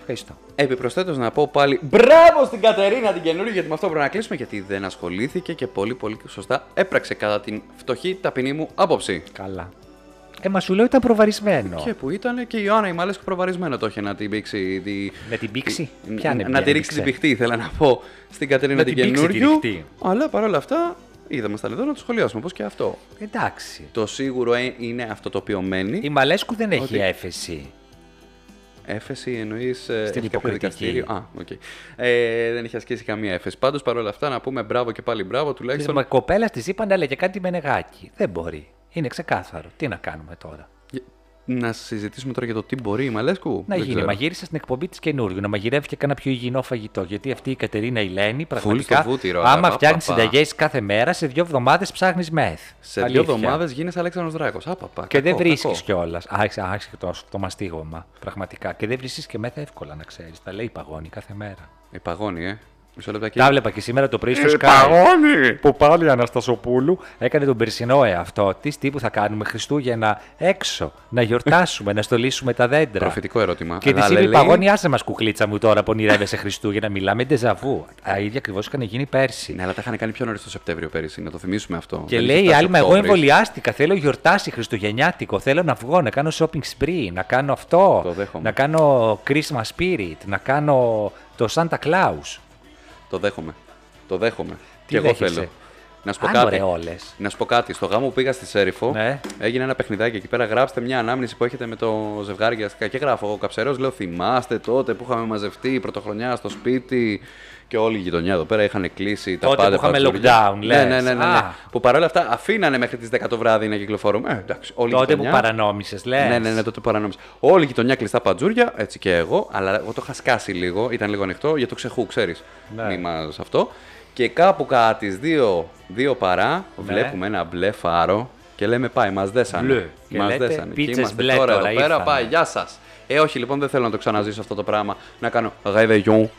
Ευχαριστώ. Επιπροσθέτως να πω πάλι μπράβο στην Κατερίνα την καινούργια, γιατί με αυτό πρέπει να κλείσουμε, γιατί δεν ασχολήθηκε και πολύ πολύ σωστά έπραξε κατά την φτωχή ταπεινή μου άποψη. Καλά. Ε, μα σου λέω ήταν προβαρισμένο. Και που ήταν και η Ιωάννα η Μάλες προβαρισμένο το είχε να την πήξει. Τη... Να την πήξει? Ν- Ποια είναι, να ποια τη είναι, ρίξει την ξέρω. πηχτή, ήθελα να πω στην Κατερίνα Να την, την πήξει τη καινούριου. ρηχτή. Αλλά παρόλα αυτά είδαμε στα εδώ να το σχολιάσουμε, πώ και αυτό. Εντάξει. Το σίγουρο ε, είναι αυτό το οποίο μένει. Η Μαλέσκου δεν έχει Ότι- έφεση. Έφεση ε, εννοεί. Στην υποκριτική. Α, οκ. Ε, δεν έχει ασκήσει καμία έφεση. Πάντως παρόλα αυτά να πούμε μπράβο και πάλι μπράβο Τη τουλάχιστον. μα κοπέλας της είπαν να και κάτι με νεγάκι. Δεν μπορεί. Είναι ξεκάθαρο. Τι να κάνουμε τώρα. Να συζητήσουμε τώρα για το τι μπορεί η Μαλέσκου. Να Δεν γίνει. ξέρω. Μαγείρισα στην εκπομπή της καινούριου. Να μαγειρεύει και κανένα πιο υγιεινό φαγητό. Γιατί αυτή η Κατερίνα η Λένη πραγματικά. στο βούτυρο, αλλά, άμα πα, φτιάχνει πα, πα. συνταγές κάθε μέρα, σε δύο εβδομάδες ψάχνεις μεθ. Σε Αλήθεια. δύο εβδομάδε γίνει Αλέξανδρος Δράκος. Άπαπα. Και δεν κακό, βρίσκει κακό. κιόλας. Άρχισε, άρχισε το, το μαστίγωμα. Πραγματικά. Και δεν βρίσκεις και μεθ εύκολα, να ξέρεις. Τα λέει η παγώνη κάθε μέρα. Ε, παγώνει, ε. Μισό λεπτάκι. Τα βλέπα και σήμερα το πρωί στο Sky. Που πάλι η Αναστασοπούλου έκανε τον περσινό εαυτό τη. Τι που θα κάνουμε Χριστούγεννα έξω, να γιορτάσουμε, να στολίσουμε τα δέντρα. Προφητικό ερώτημα. Και Αλλά τη είπε η λέει- Παγώνη, άσε μας κουκλίτσα μου τώρα που ονειρεύεσαι Χριστούγεννα. Μιλάμε ντεζαβού. Τα ίδια ακριβώς είχαν γίνει πέρσι. Ναι, αλλά τα είχαν κάνει πιο νωρίς το Σεπτέμβριο πέρυσι, να το θυμίσουμε αυτό. Και Δεν είχε λέει η φτάσει άλλη, μα εγώ Οκτώβρης. εμβολιάστηκα. Θέλω γιορτάσει Χριστουγεννιάτικο. Θέλω να βγω, να κάνω shopping spree, να κάνω αυτό. Το δέχομαι. Να κάνω Christmas spirit, να κάνω το Santa Claus. Το δέχομαι. Το δέχομαι. και εγώ δέχεσαι? θέλω. Να σου πω Άμορε κάτι. όλες. Να σου πω κάτι. Στο γάμο που πήγα στη Σέριφο, Ναι. έγινε ένα παιχνιδάκι εκεί πέρα. Γράψτε μια ανάμνηση που έχετε με το ζευγάρι και αστικά. Και γράφω εγώ καψερός. Λέω θυμάστε τότε που είχαμε μαζευτεί πρωτοχρονιά στο σπίτι. Και όλη η γειτονιά εδώ πέρα είχαν κλείσει τα Τότε πάντα. που είχαμε παπτσουριά. lockdown, ναι, ναι, λες. ναι, ναι, ναι. Α. Που παρόλα αυτά αφήνανε μέχρι τις 10 το βράδυ να κυκλοφορούμε. Ε, εντάξει, όλη η Τότε που γειτονιά. παρανόμησες, λες. Ναι, ναι, ναι, τότε παρανόμησες. Όλη η γειτονιά κλειστά παντζούρια, έτσι και εγώ, αλλά εγώ το είχα σκάσει λίγο, ήταν λίγο ανοιχτό για το ξεχού, ξέρεις. Ναι. Μη μας αυτό. Και κάπου κατά τις δύο, δύο παρά βλέπουμε ένα μπλε φάρο και λέμε πάει, μας Ναι. Μπλε. δέσανε. Και Μας λέτε, δέσανε. «Πίτσες είμαστε μπλε τώρα εδώ τώρα πέρα, ήρθανε». πάει, γεια σας. Ε, όχι λοιπόν, δεν θέλω να το ξαναζήσω αυτό το πράγμα. Να κάνω γαϊδεγιόν,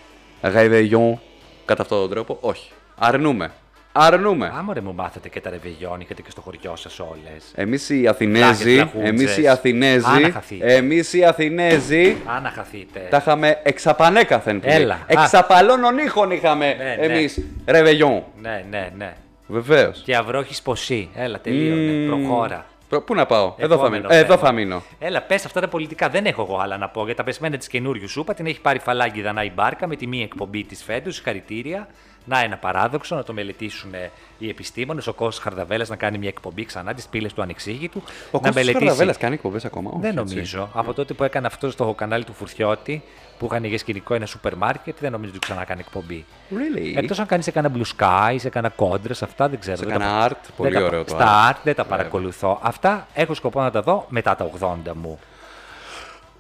γαϊδεγιόν, κατά αυτόν τον τρόπο. Όχι. Αρνούμε. Αρνούμε. Άμορε μου μάθατε και τα ρεβεγιόν, είχατε και στο χωριό σας όλες. Εμείς οι Αθηνέζοι, Πλάχες, πλαχούτζες. εμείς οι Αθηνέζοι, Άναχαθοι. εμείς οι Αθηνέζοι Αν να χαθείτε. τα είχαμε εξαπανέκαθεν. που λέει. Έλα, α. Εξαπαλώνων ήχων είχαμε Ναι, ναι. εμείς. Ρεβεγιόν. Ναι, ναι, ναι. Βεβαίως. Και αυρόχης ποσή. Έλα, τελείωνε. Μμμ. Προχώρα. Προ- Πού να πάω. Εδώ θα Επόμενο μείνω. Ε, θέμα. Εδώ θα μείνω. Έλα, πες αυτά τα πολιτικά. Δεν έχω εγώ άλλα να πω. Για τα πεσμένα της καινούριου σούπα την έχει πάρει φαλάγγι Δανάη Μπάρκα με τη μία εκπομπή της φέτος. Συγχαρητήρια. Να ένα παράδοξο, να το μελετήσουν οι επιστήμονες. Ο Κώστας Χαρδαβέλας να κάνει μια εκπομπή ξανά, τις πύλες του ανεξήγητου. να Ο Κώστας Καρδαβέλλας κάνει εκπομπές ακόμα. Όχι, Δεν έτσι. νομίζω. Από τότε που έκανε αυτό στο κανάλι του Φουρτιώτη, που είχαν για σκηνικό ένα σούπερ μάρκετ, δεν νομίζω ότι ξανά κάνει εκπομπή. Really? Εκτός αν κάνεις σε κανένα blue sky, σε κανένα κόντρε, αυτά δεν ξέρω. Ε, Σε δεν κανένα τα- art, πολύ δεν τα- ωραίο το Στα art. art δεν τα παρακολουθώ. Αυτά έχω σκοπό να τα δω μετά τα 80 μου.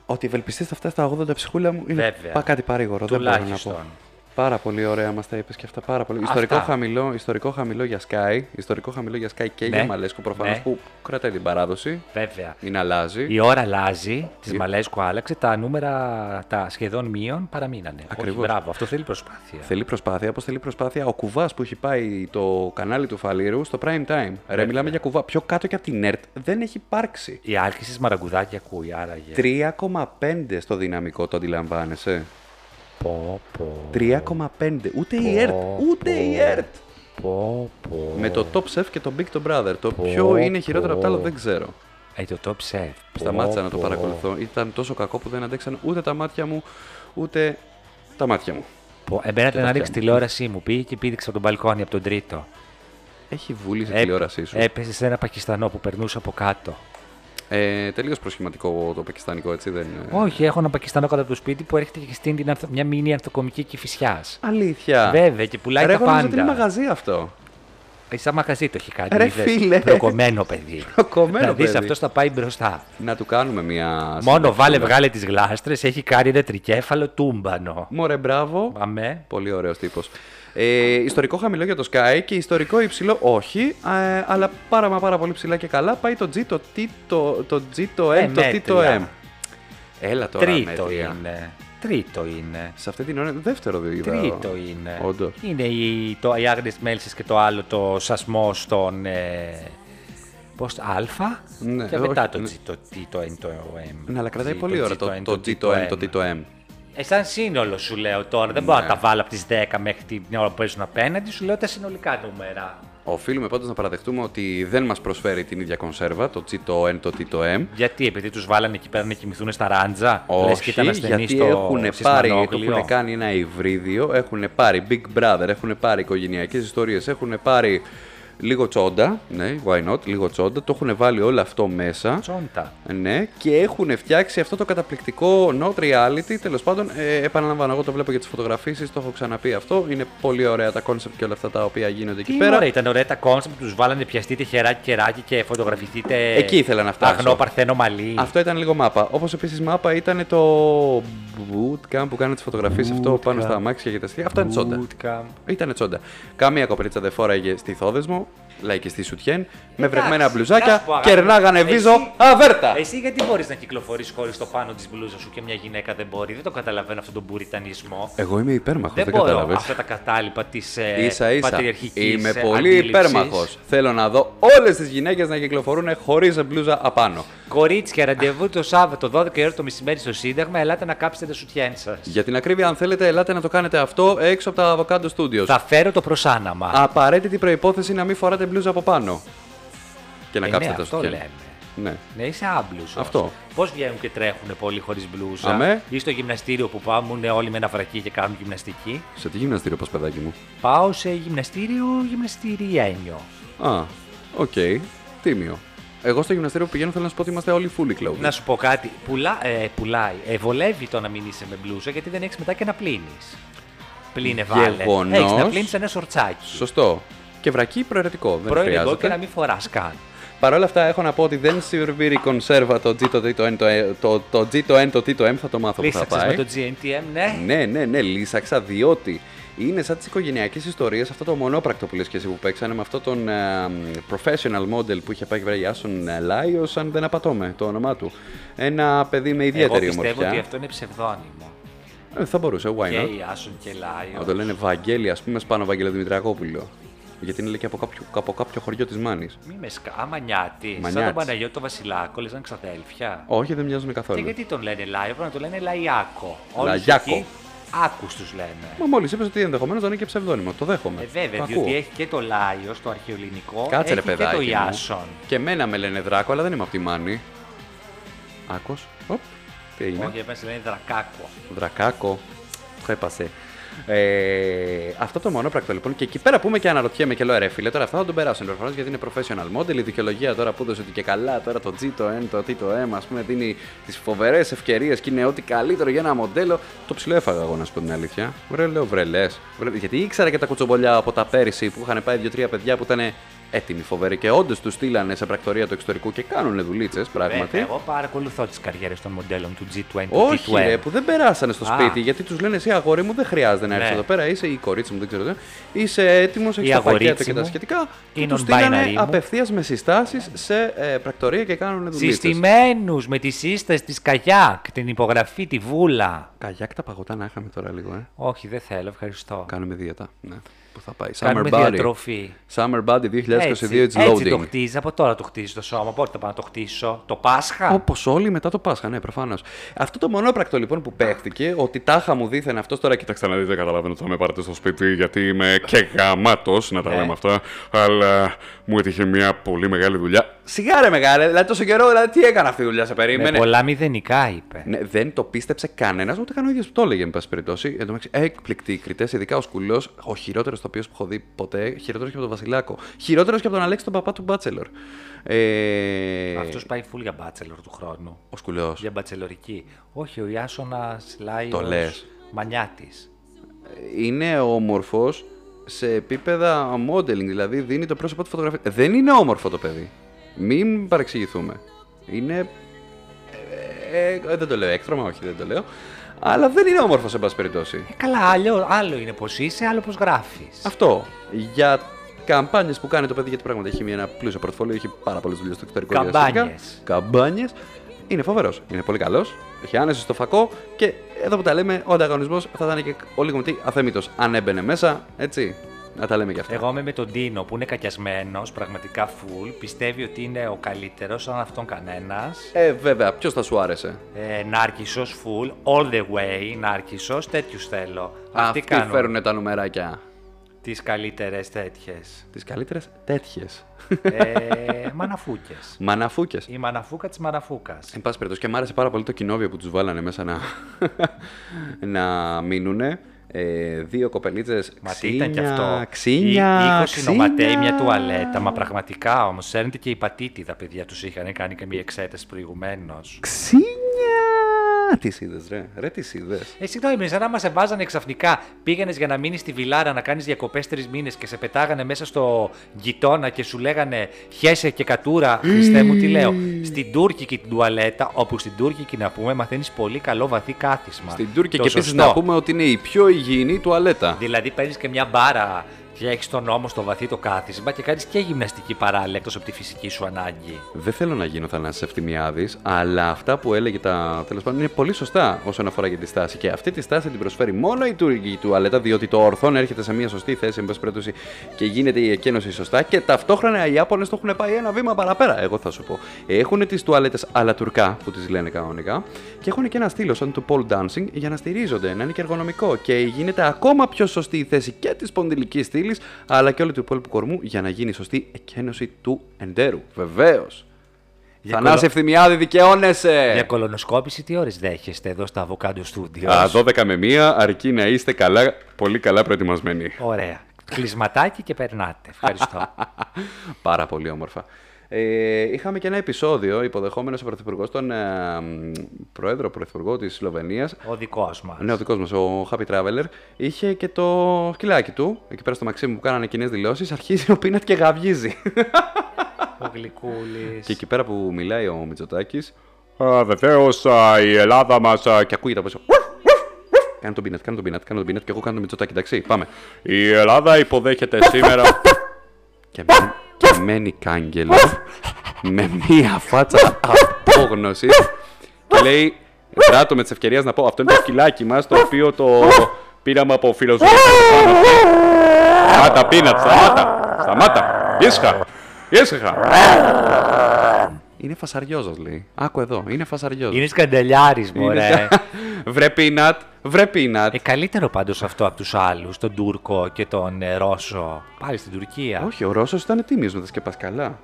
Ότι ευελπιστείς αυτά στα 80 ψυχούλα μου είναι Βέβαια. πά- κάτι παρήγορο. Δεν μπορώ να πω. Τουλάχιστον. Πάρα πολύ ωραία μας τα είπες και αυτά. Πάρα πολύ. Αυτά. Ιστορικό, χαμηλό, ιστορικό χαμηλό για Sky. Ιστορικό χαμηλό για Sky και Ναι. για Μαλέσκου προφανώς Ναι. που κρατάει την παράδοση. Βέβαια. Μην αλλάζει. Η ώρα αλλάζει, της Η- Μαλέσκου άλλαξε, τα νούμερα τα σχεδόν μείον παραμείνανε. Όχι, Ακριβώς. μπράβο, αυτό θέλει προσπάθεια. Θέλει προσπάθεια, όπως θέλει προσπάθεια ο κουβάς που έχει πάει το κανάλι του Φαλήρου στο prime time. Ρε, μιλάμε για κουβά. Πιο κάτω και από την ΕΡΤ δεν έχει υπάρξει. Η άρχιση μαραγκουδάκια ακούει, άραγε. 3,5 στο δυναμικό, το αντιλαμβάνεσαι. Πω, πω, 3,5. Ούτε η ΕΡΤ. Ούτε η ΕΡΤ. πω, πω. Με το Top Chef και το Big Tom Brother. Το ποιο είναι χειρότερο από τα άλλα δεν ξέρω. Ε, το top chef. Σταμάτησα να Πω, το πω. παρακολουθώ. Ήταν τόσο κακό που δεν αντέξαν ούτε τα μάτια μου, ούτε τα μάτια μου. Πω, ε, Εμένα ήταν τα να ρίξει φτιάχνω. τηλεόρασή μου. Πήγε και πήδηξε από τον μπαλκόνι από τον τρίτο. Έχει βούληση η Έπ- τηλεόρασή σου. Έπεσε σε ένα Πακιστανό που περνούσε από κάτω. Ε, Τελείως προσχηματικό το πακιστανικό, έτσι δεν. Όχι, έχω ένα Πακιστανό κάτω από το σπίτι που έρχεται και στείνει την ανθο- μια μήνυ ανθοκομική κυφυσιά. Αλήθεια. Βέβαια και πουλάει Ρε, τα εγώ νόμιζα ότι πάντα. είναι μαγαζί αυτό. Ε, Σαν μαγαζί το έχει κάνει. Ρε, είδες. φίλε. Προκομμένο παιδί. Προκομμένο Να δεις, παιδί. αυτός θα πάει μπροστά. Να του κάνουμε μια. Μόνο βάλε συνέντευξη. βγάλε τις γλάστρες, έχει κάνει ένα τρικέφαλο τούμπανο. Μωρέ, μπράβο. Αμέ. Πολύ ωραίος τύπος. Ε, ιστορικό χαμηλό για το Sky και ιστορικό υψηλό όχι, ε, αλλά πάρα μα πάρα πολύ ψηλά και καλά πάει το G, το T, το, το G, το M, Ε, το T, το M. μέτρια. Έλα τώρα. Τρίτο μέτρια. είναι. Τρίτο είναι. Σε αυτή την ώρα είναι δεύτερο δεν είδα. Τρίτο είναι. Όντως. Είναι η, το, η Άγνες Μέλσης και το άλλο το σασμό στον... Ε, πώς, α Ναι, και μετά όχι, το ναι. G, το T, το N, το M. Ναι, αλλά κρατάει G, πολύ G, ώρα το, N, το, G, το M, το T, το M. Ναι. Ε, σαν σύνολο σου λέω τώρα, δεν μπορώ να τα βάλω από τις 10 μέχρι την ώρα που παίζουν απέναντι, σου λέω τα συνολικά νούμερα. Οφείλουμε πάντως να παραδεχτούμε ότι δεν μας προσφέρει την ίδια κονσέρβα, το G, το N, το T, το M. Γιατί, επειδή τους βάλανε εκεί πέρα να κοιμηθούν στα ράντζα, λες και Όχι, ήταν ασθενείς γιατί στο έχουν πάρει, το σεισμανόγλιο. έχουν κάνει ένα υβρίδιο, έχουν πάρει Big Brother, έχουν πάρει οικογενειακές ιστορίες, έχουν πάρει λίγο τσόντα, ναι, why not, λίγο τσόντα, το έχουν βάλει όλο αυτό μέσα. Τσόντα. Ναι, και έχουν φτιάξει αυτό το καταπληκτικό not reality. Τέλος πάντων, ε, επαναλαμβάνω, εγώ το βλέπω για τις φωτογραφίσεις, το έχω ξαναπεί αυτό. Είναι πολύ ωραία τα concept και όλα αυτά τα οποία γίνονται εκεί Τι πέρα. ωραία, ήταν ωραία τα κόνσεπτ που τους βάλανε πιαστείτε χεράκι κεράκι και φωτογραφηθείτε. Εκεί ήθελα να φτάσω. Αγνό παρθένο μαλλί. Αυτό ήταν λίγο μάπα. Όπως επίσης μάπα ήταν το bootcamp που κάνει τι φωτογραφίε αυτό πάνω στα αμάξια και τα στοιχεία. Αυτό είναι τσόντα. Bootcamp. Ήταν τσόντα. Κάμια κοπελίτσα δεν φόραγε στη θόδεσμο, λαϊκιστή σουτιέν, με βρεγμένα Εντάξει, να μπλουζάκια, σου πω, αγάπη. κερνάγανε Εσύ- βίζο, αβέρτα! Εσύ γιατί μπορείς να κυκλοφορείς χωρίς το πάνω της μπλούζας σου και μια γυναίκα δεν μπορεί. Δεν το καταλαβαίνω αυτόν τον πουριτανισμό. Εγώ είμαι υπέρμαχος, δεν δεν, μπορώ κατάλαβες. αυτά τα κατάλοιπα της ε, Ίσα ίσα. πατριαρχικής. Είμαι πολύ υπέρμαχος. Θέλω να δω όλες τις γυναίκες να κυκλοφορούν χωρίς μπλούζα απάνω. Κορίτσια, ραντεβού το Σάββατο 12 η ώρα το μεσημέρι στο Σύνταγμα. Ελάτε να κάψετε τα σουτιέν σας. Για την ακρίβεια, αν θέλετε, ελάτε να το κάνετε αυτό έξω από τα Avocado Studios. Θα φέρω το προσάναμα. Απαραίτητη προπόθεση να μην φοράτε μπλούζα από πάνω. Και να Ε, κάψετε ναι, τα αυτό σουτιέν. λέμε. Ναι. Ναι, είσαι άμπλουζο. Αυτό. Πώς βγαίνουν και τρέχουν πολλοί χωρίς μπλούζα. Αμέ. Ή στο γυμναστήριο που πάμε όλοι με ένα βρακί και κάνουν γυμναστική. Σε τι γυμναστήριο πας, παιδάκι μου. Πάω σε γυμναστήριο γυμναστήριένιο. Α, οκ. Τίμιο. Εγώ στο γυμναστήριο που πηγαίνω θέλω να σου πω ότι είμαστε όλοι fully clothed. Να σου πω κάτι. Πουλά, ε, πουλάει. Ε, βολεύει το να μην είσαι με μπλούζα γιατί δεν έχεις μετά και να πλύνεις. Πλύνε βάλε. Γεγονός. Έχεις να πλύνεις ένα σορτσάκι. Σωστό. Και βρακί προαιρετικό. Δεν Πρώην εγώ χρειάζεται. και να μην φοράς καν. Παρ' όλα αυτά, έχω να πω ότι δεν σερβίρει κονσέρβα το G, το D, το N, το, E, το, το G, το N, το T, το M. Θα το μάθω που θα Λύσαξες με πάει. το GNTM, ναι. Ναι, ναι, ναι, λύσαξα διότι είναι σαν τις οικογενειακές ιστορίες αυτό το μονόπρακτο που λες και εσύ που παίξανε με αυτό τον ε, professional model που είχε πάει και βρει Άσον Λάιο, αν δεν απατώμε το όνομά του. Ένα παιδί με Εγώ ιδιαίτερη πιστεύω ομορφιά. ότι αυτό είναι ψευδόνυμο. Ε, θα μπορούσε, why Και not. η Άσον και Λάιο. Να το λένε Βαγγέλη, ας πούμε, σπάνω Βαγγέλη Δημητριακόπουλο. Γιατί είναι λέει, και από κάποιο, από κάποιο χωριό της Μάνης. Μη με σκα... Άμα νιάτη, σαν Μανιάτης. τον Παναγιώτο τον Βασιλάκο, λες να είναι ξαδέλφια. Όχι, δεν μοιάζουν Και καθόλου. γιατί τον λένε Λάιο, πρέπει να τον λένε Λαϊάκο. Λαγιάκο. εκεί, Άκους τους λένε. Μα μόλις είπες ότι ενδεχομένως να είναι και ψευδόνυμο. Το δέχομαι. Ε, βέβαια, Το ακούω. διότι έχει και το Λάιο στο αρχαιοελληνικό, Κάτσε ρε έχει και παιδάκι. το μου. Ιάσον. Και εμένα με λένε δράκο, αλλά δεν είμαι από τη μάνη. Άκος. Τι έγινε. Όχι, εμένα σε λένε Δρακάκο. Δρακάκο. Τρέπασε. Ε, αυτό το μονόπρακτο λοιπόν. Και εκεί πέρα πούμε και αναρωτιέμαι και λέω «Ε, ρε φίλε, τώρα αυτά θα τον περάσουν προφανώς γιατί είναι professional model. Η δικαιολογία τώρα που έδωσε ότι και καλά τώρα το G, το N, το T, το M, ας πούμε δίνει τις φοβερές ευκαιρίες και είναι ό,τι καλύτερο για ένα μοντέλο. Το ψηλό έφαγα εγώ να σου πω την αλήθεια. Βρε, λέω βρελέ. Γιατί ήξερα και τα κουτσομπολιά από τα πέρυσι που είχαν πάει δύο-τρία παιδιά που ήταν έτοιμοι φοβεροί και όντως τους στείλανε σε πρακτορία του εξωτερικού και κάνουν δουλίτσε πράγματι. Βέβαια, Ε, εγώ παρακολουθώ τις καριέρες των μοντέλων του G20, Όχι, T20. ρε, που δεν περάσανε στο Α. σπίτι γιατί τους λένε εσύ αγόρι μου δεν χρειάζεται να έρθεις Ναι. εδώ πέρα. Είσαι η κορίτσι μου, δεν ξέρω τι. Είσαι έτοιμος, έχεις Η τα πακέτα αγορίτσι και τα μου. σχετικά. Και Είναι τους on στείλανε binary μου. απευθείας με συστάσεις σε ε, πρακτορία και κάνουν δουλειέ. Συστημένους με τις σύσταση της Καγιάκ, την υπογραφή, τη βούλα. Καγιάκ τα παγωτά να είχαμε τώρα λίγο, ε. Όχι, δεν θέλω, ευχαριστώ. Κάνουμε δίαιτα. Ναι, που θα πάει. Κάνουμε Summer body. διατροφή. Summer body 2022 Έτσι, it's έτσι το loading. χτίζεις, από τώρα το χτίζεις το σώμα. Πότε θα πάω να το χτίσω, το Πάσχα. Όπως όλοι μετά το Πάσχα, ναι, προφανώς. Αυτό το μονόπρακτο λοιπόν που παίχτηκε, ότι τάχα μου δίθεν αυτός τώρα, κοιτάξτε να δείτε, Δεν καταλαβαίνω ότι θα με πάρετε στο σπίτι γιατί είμαι και γαμάτος να τα Ναι. λέμε αυτά αλλά μου έτυχε μια πολύ μεγάλη δουλειά Σιγά ρε μεγάλε, δηλαδή τόσο καιρό, δηλαδή τι έκανα αυτή η δουλειά, σε περίμενε. Με πολλά μηδενικά είπε. Ναι, δεν το πίστεψε κανένας, ούτε καν ο ίδιος που το έλεγε, εν πάση περιπτώσει. Εν τω μεταξύ, έκπληκτοι οι κριτές, ειδικά ο Σκουλός, ο χειρότερος τοπίο που έχω δει ποτέ, χειρότερος και από τον Βασιλάκο. Χειρότερος και από τον Αλέξη, τον παπά του Μπάτσελορ. Ε... Αυτός πάει full για μπάτσελορ του χρόνου. Ο Σκουλός. Για μπατσελορική. Όχι, ο Ιάσονας Λάιο. Το λες. Μανιάτης. Είναι όμορφος σε επίπεδα modeling, δηλαδή δίνει το πρόσωπο του φωτογραφία. Δεν είναι όμορφο το παιδί. Μην παρεξηγηθούμε. Είναι. ε, ε, ε, δεν το λέω έκτρωμα, όχι, δεν το λέω. Αλλά δεν είναι όμορφος, σε πάση περιπτώσει. Ε, καλά, άλλο, άλλο είναι πώς είσαι, άλλο πώς γράφεις. Αυτό. Για καμπάνιες που κάνει το παιδί, γιατί πράγματι έχει μια- ένα πλούσιο πορτφόλιο, έχει πάρα πολλές δουλειές στο εξωτερικό. Καμπάνιες. Καμπάνιες. Είναι φοβερός. Είναι πολύ καλός. Έχει άνεση στο φακό και εδώ που τα λέμε, ο ανταγωνισμός θα ήταν και ο λίγο τι αθέμητος. Αν έμπαινε μέσα, έτσι. Να τα λέμε κι αυτά. Εγώ είμαι με τον Τίνο που είναι κακιασμένος, πραγματικά full. Πιστεύει ότι είναι ο καλύτερος, σαν αυτόν κανένας. Ε, βέβαια, ποιος θα σου άρεσε. Ε, νάρκισο full, all the way, νάρκισο, τέτοιους θέλω. Αυτοί, φέρουν τα νομεράκια. τις καλύτερες τέτοιες. Τις καλύτερες τέτοιες. *laughs* ε, μαναφούκες. Μαναφούκες. Η μαναφούκα της μαναφούκας. Εν πάση περιπτώσει, και μου άρεσε πάρα πολύ το κοινόβιο που τους βάλανε μέσα να, *laughs* να μείνουν. δύο κοπελίτσε. Μα τι ήταν κι αυτό. Ξύνια. 20 νοματέοι, μια τουαλέτα. Μα πραγματικά όμως, έρνεται και η πατήτιδα, παιδιά τους είχαν κάνει και μια εξέταση προηγουμένως. Ξύνια. Τις είδες, ρε. Ρε, τις είδες. Ε, συγγνώμη, είναι σαν να μας βάζανε ξαφνικά. Πήγαινες για να μείνεις στη Βιλάρα να κάνεις διακοπές τρεις μήνες και σε πετάγανε μέσα στο γειτόνα και σου λέγανε Χέσε και κατούρα, Χριστέ μου, τι λέω. Στην τουρκική την τουαλέτα, όπου στην τουρκική να πούμε μαθαίνεις πολύ καλό βαθύ κάθισμα. Στην Τούρκια Το και επίσης σωστό. να πούμε ότι είναι η πιο υγιεινή τουαλέτα. Δηλαδή παίρνεις και μια μπάρα και έχεις τον νόμο στο βαθύ το κάθισμα και κάνεις και γυμναστική παράλληλα εκτός από τη φυσική σου ανάγκη. Δεν θέλω να γίνω Θανάσης Ευθυμιάδης, αλλά αυτά που έλεγε τα τέλος πάντων είναι πολύ σωστά όσον αφορά για τη στάση. Και αυτή τη στάση την προσφέρει μόνο η τουρκική τουαλέτα, διότι το ορθόν έρχεται σε μια σωστή θέση, εν πάση περιπτώσει, και γίνεται η εκένωση σωστά. Και ταυτόχρονα οι Ιάπωνες το έχουν πάει ένα βήμα παραπέρα, εγώ θα σου πω. Έχουν τις τουαλέτες αλλά τουρκά, που τις λένε κανονικά, και έχουν και ένα στήλο σαν του pole dancing για να στηρίζονται, να είναι και εργονομικό. Και γίνεται ακόμα πιο σωστή η θέση και της σπονδυλική στήλη, αλλά και όλου του υπόλοιπου κορμού για να γίνει σωστή εκένωση του εντέρου. Βεβαίως. Για Θανάση κολο- Ευθυμιάδη, Για δικαιώνεσαι! κολονοσκόπηση τι ώρες δέχεστε εδώ στα Avocados Studios. Α, 12 με 1, αρκεί να είστε καλά, πολύ καλά προετοιμασμένοι. Ωραία. Κλεισματάκι και περνάτε. Ευχαριστώ. *laughs* Πάρα πολύ όμορφα. Ε, είχαμε και ένα επεισόδιο υποδεχόμενος ο Πρωθυπουργός, τον ε, μ, Πρόεδρο Πρωθυπουργό της Σλοβενίας. Ο δικός μας. Ναι, ο δικός μας, ο Happy Traveler, είχε και το σκυλάκι του. Εκεί πέρα στο Μαξίμου που κάνανε κοινές δηλώσεις, αρχίζει ο Πίνατ και γαβγίζει. *laughs* Ο Γλυκούλης. και εκεί πέρα που μιλάει ο Μητσοτάκης, Βεβαίω η Ελλάδα μας και ακούγεται από πίσω. Κάνε τον Πίνατ, κάνε τον Πίνατ, κάνε τον Πίνατ και εγώ κάνω τον Μητσοτάκη, εντάξει, πάμε. Η Ελλάδα υποδέχεται σήμερα. Και, μένει- και μένει κάγκελο με μία φάτσα απόγνωσης και λέει: Δράτω με τη ευκαιρία να πω: Αυτό είναι το σκυλάκι μας το οποίο το Πήραμε από φίλο μου. Σταμάτα, πίνατ, σταμάτα. Σταμάτα. Ήσυχα. Ήσυχα. είναι φασαριόζος, λέει. Άκου εδώ, είναι φασαριόζος. Είναι σκαντελιάρης, μωρέ. βρε πίνατ, βρε πίνατ. Ε, καλύτερο πάντως αυτό από τους άλλους, τον Τούρκο και τον ε, Ρώσο. Πάλι στην Τουρκία. Όχι, ο Ρώσος ήταν τίμιος να τα σκεπάσει καλά.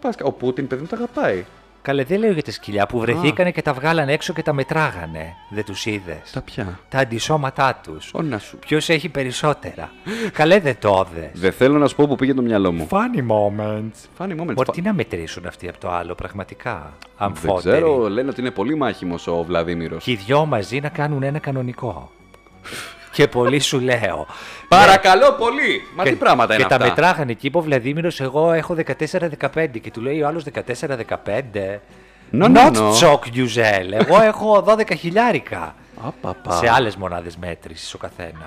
Πας- Ο Πούτιν, παιδί μου, τα αγαπάει. Καλέ, δεν λέω για τα σκυλιά που βρεθήκανε και τα βγάλανε έξω και τα μετράγανε. Δεν τους είδες. Τα πια. Τα αντισώματά τους. Ω να σου. Ποιος έχει περισσότερα. Καλέ, δεν το είδες. Δεν θέλω να σου πω που πήγε το μυαλό μου. Funny moments. Funny moment. Μπορεί τι να μετρήσουν αυτοί από το άλλο, πραγματικά. Δεν Αμφότεροι. ξέρω, λένε ότι είναι πολύ μάχημος ο Βλαδίμηρος. Και οι δυο μαζί να κάνουν ένα κανονικό. και πολύ σου λέω. *laughs* Ναι. Παρακαλώ πολύ! Μα τι Και- πράγματα είναι Και τα αυτά. μετράγανε εκεί, είπε ο Βλαδίμηρος, εγώ έχω 14-15 και του λέει ο άλλος 14-15. No, no, Not no. joke, Γιουζέλ. *laughs* Εγώ έχω 12 χιλιάρικα. Απαπα. Σε άλλες μονάδες μέτρησης ο καθένας.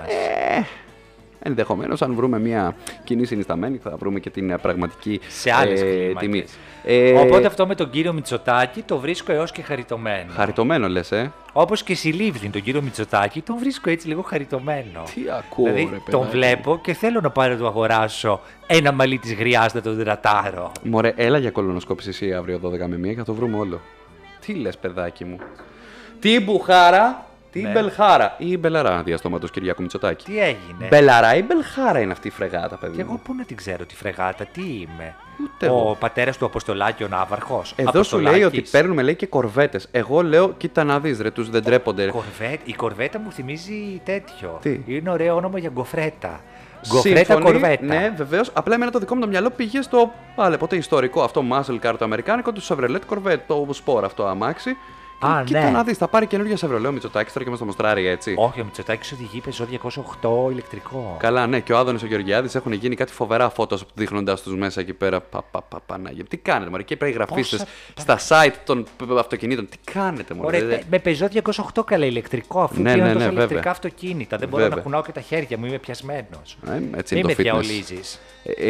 Ενδεχομένω, Ε, αν βρούμε μια κοινή συνισταμένη, θα βρούμε και την ε, πραγματική σε άλλες ε, κλίμακες. τιμή. Ε, Οπότε αυτό με τον κύριο Μητσοτάκη το βρίσκω έως και χαριτωμένο. Χαριτωμένο λες, ε. Όπως και στη Λίβδιν, τον κύριο Μητσοτάκη, τον βρίσκω έτσι λίγο χαριτωμένο. Τι ακούω, δηλαδή, ρε, τον παιδάκι. βλέπω και θέλω να πάρω να του αγοράσω ένα μαλλί της γριάς να τον τρατάρω. Μωρέ, έλα για κολονοσκόπηση εσύ αύριο 12 με 1 και θα το βρούμε όλο. Τι λες, παιδάκι μου. Τι μπουχάρα, τι μπελχάρα. Ή μπελαρά, διαστόματο Κυριακού Μητσοτάκη. Ναι. Τι έγινε. Μπελαρά ή μπελχάρα είναι αυτή η φρεγάτα, παιδί. Και εγώ μου. πού να την ξέρω τη φρεγάτα, τι είμαι. Ούτε ο εγώ. πατέρας του Αποστολάκη, ο Ναύαρχος. Εδώ σου λέει ότι παίρνουμε λέει και κορβέτες. Εγώ λέω, κοίτα να δεις, ρε, τους δεν τρέπονται. ρε. η κορβέτα μου θυμίζει τέτοιο. Τι? Είναι ωραίο όνομα για γκοφρέτα. Γκοφρέτα Σύμφωνοι, κορβέτα. Ναι, βεβαίως. Απλά εμένα το δικό μου το μυαλό πήγε στο. Πάλε ποτέ ιστορικό αυτό muscle car το αμερικάνικο του Chevrolet Corvette, το Sport αυτό αμάξι. Α, Κοίτα ναι. να δεις, θα πάρει καινούργια σε ευρωλέο Μητσοτάκης τώρα και μας το μοστράρει έτσι. Όχι, ο Μητσοτάκης οδηγεί πεζό 208 ηλεκτρικό. Καλά, ναι, και ο Άδωνης και ο Γεωργιάδης έχουν γίνει κάτι φοβερά φώτος δείχνοντά τους μέσα εκεί πέρα. Πα, πα, πα, Πανάγια. Τι κάνετε, Μωρέ, και περιγραφίστε Πόσα- στα site των π- π- αυτοκινήτων. Τι κάνετε, Μωρέ. δηλαδή, Ωραία, δεν- με πεζό 208 καλά ηλεκτρικό, αφού Ναι, ναι, ναι, ναι, ναι, τόσο ηλεκτρικά βέβαια. αυτοκίνητα. Δεν μπορώ να Βέβαια. κουνάω και τα χέρια μου, είμαι πιασμένος. Ε, έτσι Μη είναι με το fitness. διαολίζει.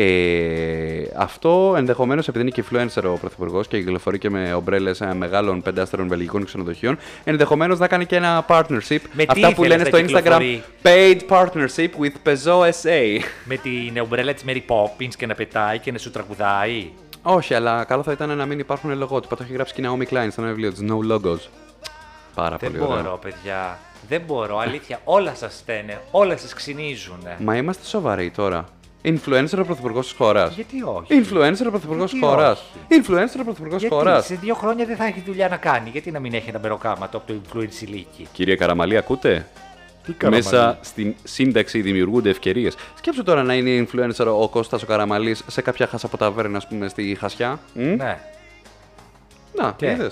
Ε, αυτό ενδεχομένως επειδή είναι και influencer ο Πρωθυπουργός και κυκλοφορεί και με ομπρέλες μεγάλων πεντάστερων βελγικών ξενοδοχείων, ενδεχομένως να κάνει και ένα partnership. Με τι αυτά που ήθελες λένε να στο Instagram κυκλοφορεί? Paid Partnership with Peugeot SA. Με την ομπρέλα της Mary Poppins και να πετάει και να σου τραγουδάει. Όχι, αλλά καλό θα ήταν να μην υπάρχουν λογότυπα. Το έχει γράψει και η Naomi Klein στο ένα βιβλίο της No Logos. Πάρα Δεν πολύ ωραία. μπορώ, παιδιά. Δεν μπορώ, αλήθεια. όλα σας φταίνε, όλα σας ξυνίζουν. Μα είμαστε σοβαροί τώρα. Influencer ο πρωθυπουργός της χώρας. Γιατί όχι. Influencer ο πρωθυπουργός της Γιατί χώρας. όχι? Influencer ο πρωθυπουργός της Γιατί χώρας. σε δύο χρόνια δεν θα έχει δουλειά να κάνει. Γιατί να μην έχει ένα μεροκάματο από το influence ηλίκη. Κύριε Καραμαλή, ακούτε. Μέσα στην σύνταξη δημιουργούνται ευκαιρίες. Σκέψου τώρα να είναι influencer ο Κώστας ο Καραμαλής σε κάποια χάσα από ταβέρνα, ας πούμε, στη Χασιά. Μμ. Ναι. Να, Και. είδε.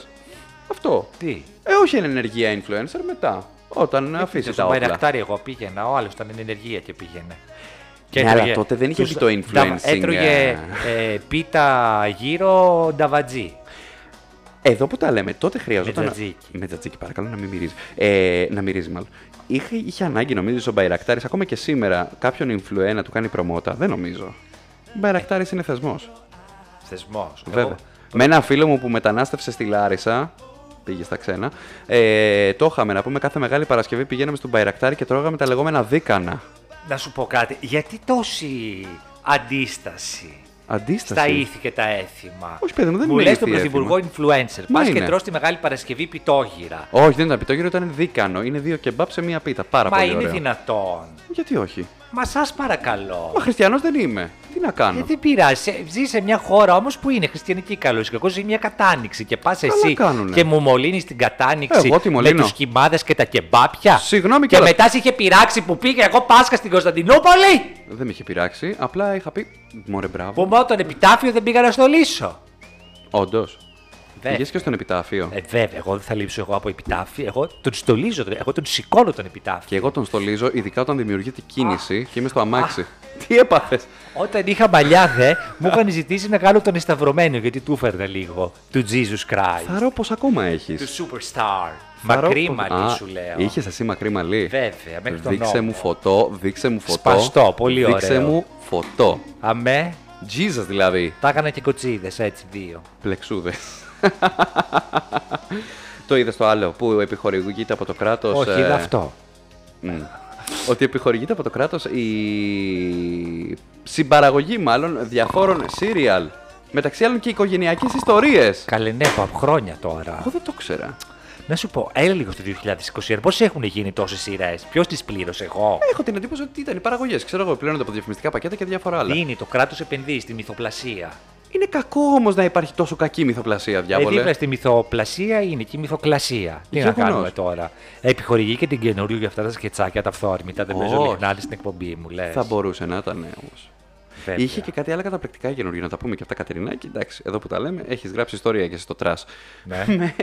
Αυτό. Τι. Ε, Ε, όχι εν ενεργεία influencer μετά. Όταν αφήσει τα Στο όπλα. Μπαϊρακτάρι εγώ πήγαινα, ο άλλος ήταν εν ενεργεία και πήγαινε. Ναι, αλλά τότε δεν είχε τους- βγει το νταβα- influencing, Έτρωγε ε, πίτα γύρω νταβατζή. Εδώ που τα λέμε, τότε χρειαζόταν. Με τζατζίκι. Με τζατζίκι, παρακαλώ να μην μυρίζει. Ε, να μυρίζει, μάλλον. Είχε, είχε ανάγκη, νομίζω, ο Μπαϊρακτάρης, ακόμα και σήμερα, κάποιον influencer να του κάνει προμότα. Δεν νομίζω. Ο Μπαϊρακτάρης είναι θεσμός. Θεσμός. Βέβαια. Με ένα φίλο μου που μετανάστευσε στη Λάρισα, πήγε στα ξένα, ε, το είχαμε να πούμε κάθε Μεγάλη Παρασκευή πηγαίναμε στον Μπαϊρακτάρη και τρώγαμε τα λεγόμενα δίκανα. Να σου πω κάτι. Γιατί τόση αντίσταση Αντίσταση. στα ήθη και τα έθιμα. Όχι, παιδί μου, δεν Μου είναι λες ήθη, τον Πρωθυπουργό influencer. Μα Πας και είναι. τρως τη Μεγάλη Παρασκευή πιτόγυρα. Όχι, δεν ήταν πιτόγυρο, ήταν δίκανο. Είναι δύο κεμπάπ σε μία πίτα. Πάρα Μα πολύ είναι ωραίο. δυνατόν. Γιατί όχι. Μα σας παρακαλώ. Μα χριστιανός δεν είμαι. Τι να κάνω. Ε, δεν πειράζει. Ε, Ζει σε μια χώρα όμως που είναι χριστιανική καλό και εγώ ζει μια κατάνοιξη. Και πας Καλά εσύ κάνουνε. Ε, και μου μολύνεις την κατάνοιξη Εγώ τι με μολύνω? τους κοιμάδε και τα κεμπάπια. Συγγνώμη Και κιόλας. μετά σε είχε πειράξει που πήγε εγώ Πάσχα στην Κωνσταντινούπολη. Δεν με είχε πειράξει. Απλά είχα πει. Μωρέ, Που μπράβο. με όταν επιτάφιο δεν πήγα να στολίσω. Όντως. Βέβαια. Πήγε και στον επιτάφιο. Ε, βέβαια, εγώ δεν θα λείψω εγώ από επιτάφιο. Εγώ τον στολίζω, τον- εγώ τον σηκώνω τον επιτάφιο. Και εγώ τον στολίζω, ειδικά όταν δημιουργείται κίνηση και είμαι στο αμάξι. Τι έπαθες. Όταν είχα μαλλιά δε, μου είχαν ζητήσει να κάνω τον εσταυρωμένο γιατί του έφερνα λίγο. Του Jesus Christ. Θαρώ πως ακόμα έχεις. Του superstar. Μακρύ μαλλί σου λέω. Είχες εσύ μακρύ μαλλί. Ε, Βέβαια, μέχρι τον Δείξε νόμο. μου φωτό, δείξε μου φωτό. Σπαστό, πολύ Δείξε ωραίο. μου φωτό. Αμέ, Jesus δηλαδή. τα έκανα και κοτσίδες έτσι δύο. Πλεξούδες. *laughs* το είδες το άλλο που επιχορηγείται από το κράτος. Όχι, είδα αυτό. ότι επιχορηγείται από το κράτος η συμπαραγωγή μάλλον διαφόρων serial. Μεταξύ άλλων και οικογενειακές ιστορίες. Καλενέπα από χρόνια τώρα. Εγώ δεν το ξέρα. Να σου πω, έλα λίγο το 2021, πώ έχουν γίνει τόσες σειρές. Ποιος τις πλήρωσε, εγώ. Έχω την εντύπωση ότι ήταν οι παραγωγές. Ξέρω εγώ, πληρώνονται από διαφημιστικά πακέτα και διάφορα άλλα. Δίνει το κράτος επενδύεις στη μυθοπλασία. Είναι κακό όμως να υπάρχει τόσο κακή μυθοπλασία, Ε, διάβολε. δίπλα στη μυθοπλασία είναι και η μυθοκλασία. Τι να Γεγονός. κάνουμε τώρα. Επιχορηγεί και την καινούριο για αυτά τα σκετσάκια τα φθόρμητα. Δεν παίζω Όχι. λιχνάρι στην εκπομπή μου, λες. Θα μπορούσε να ήταν όμως. Βέβαια. Είχε και κάτι άλλα καταπληκτικά καινούργια, να τα πούμε και αυτά, Κατερινάκη. Εντάξει, εδώ που τα λέμε, έχεις γράψει ιστορία και στο τρας. *laughs* Ναι. Με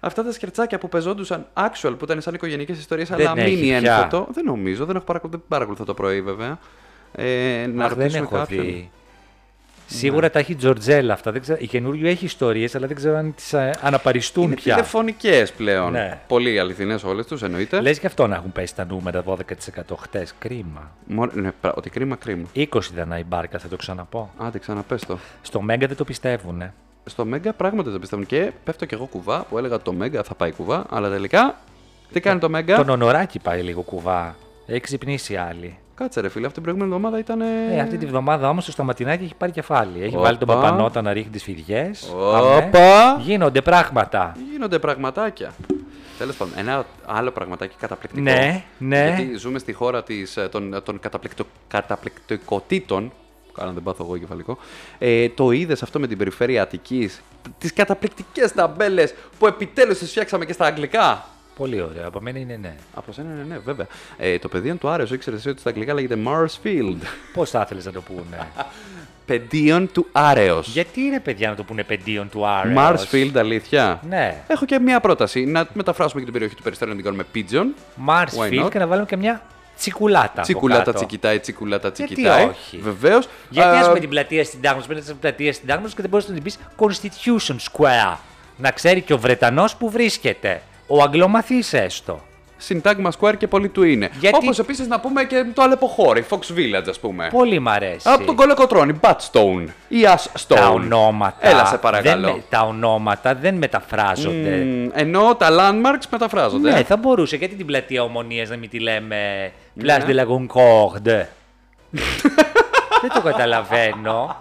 αυτά τα σκερτσάκια που πεζόντουσαν actual, που ήταν σαν οικογενειακέ ιστορίες, Δεν αλλά έχει μήνυ πια. φωτό. Δεν νομίζω, δεν, έχω παρακολου... δεν παρακολουθώ το πρωί βέβαια. Ε, να Αχ, δεν ρωτήσουμε έχω κάποιον. Ναι. δει. Σίγουρα τα έχει η Τζορτζέλα αυτά. Δεν ξέρω, η καινούριο έχει ιστορίες, αλλά δεν ξέρω αν τις αναπαριστούν Είναι πια. τηλεφωνικές πλέον. Ναι. Πολύ αληθινές όλες τους, εννοείται. Λες και αυτό να έχουν πέσει τα νούμερα 12% χτες. Κρίμα. Μο- ναι, πρα- ότι κρίμα, κρίμα. 20 ήταν η μπάρκα, θα το ξαναπώ. Άντε, ξαναπε το. Στο Μέγκα δεν το πιστεύουνε. Στο Μέγκα πράγματι δεν πιστεύουν και πέφτω κι εγώ κουβά που έλεγα το Μέγκα θα πάει κουβά, αλλά τελικά τι κάνει το Μέγκα. Τον Ονοράκι πάει λίγο κουβά. Έχει ξυπνήσει άλλη. Κάτσε ρε φίλε, αυτή την προηγούμενη εβδομάδα ήταν. Ε, αυτή τη βδομάδα όμως το σταματινάκι έχει πάρει κεφάλι. Έχει Όπα. βάλει τον Παπανότα να ρίχνει τις φιδιές. Όπα. Γίνονται πράγματα. Γίνονται πραγματάκια. Τέλος πάντων, ένα άλλο πραγματάκι καταπληκτικό. Ναι, ναι. Γιατί ζούμε στη χώρα της, ε, των, των καταπληκτο, καταπληκτικοτήτων. Καλά, δεν πάθω εγώ κεφαλικό. Ε, το είδες αυτό με την περιφέρεια Αττικής. Τις καταπληκτικές ταμπέλες που επιτέλους τις φτιάξαμε και στα αγγλικά. Πολύ ωραία. Από μένα είναι ναι. Από σένα, ναι, ναι, βέβαια. Ε, το παιδί αν του άρεσε, ήξερε εσύ ότι στα αγγλικά λέγεται Marsfield. *laughs* Πώς θα ήθελες να το πούνε. Πεντίων του Άρεος. Γιατί είναι παιδιά να το πούνε πεντίον του Άρεος. Marsfield, αλήθεια. Ναι. Έχω και μία πρόταση. Να μεταφράσουμε και την περιοχή του περιστέρων να την κάνουμε Pigeon. Why Marsfield not? και να βάλουμε και μια τσικουλάτα. από Τσικουλάτα κάτω. τσικιτάει, τσικουλάτα Γιατί τσικιτάει. όχι. Βεβαίως. Γιατί Ε, ας πούμε την πλατεία συντάγματο, πέρα την πλατεία συντάγματο και δεν μπορείς να την πεις Constitution Square. Να ξέρει και ο Βρετανός που βρίσκεται. Ο Αγγλομαθή έστω. Συντάγμα Square και πολύ του είναι. Γιατί- Όπως επίσης να πούμε και το αλεποχώρι, Fox Village, ας πούμε. Πολύ μ' αρέσει. Από τον Κολοκοτρόνη, Batstone ή Ashstone. τα ονόματα. Έλα, σε παρακαλώ. Δεν, με- τα ονόματα δεν μεταφράζονται. Μ, Ενώ τα landmarks μεταφράζονται. Ε? Ναι, θα μπορούσε. Γιατί την πλατεία ομονίας να μην τη λέμε Ναι. Place de la *laughs* Concorde. δεν το καταλαβαίνω.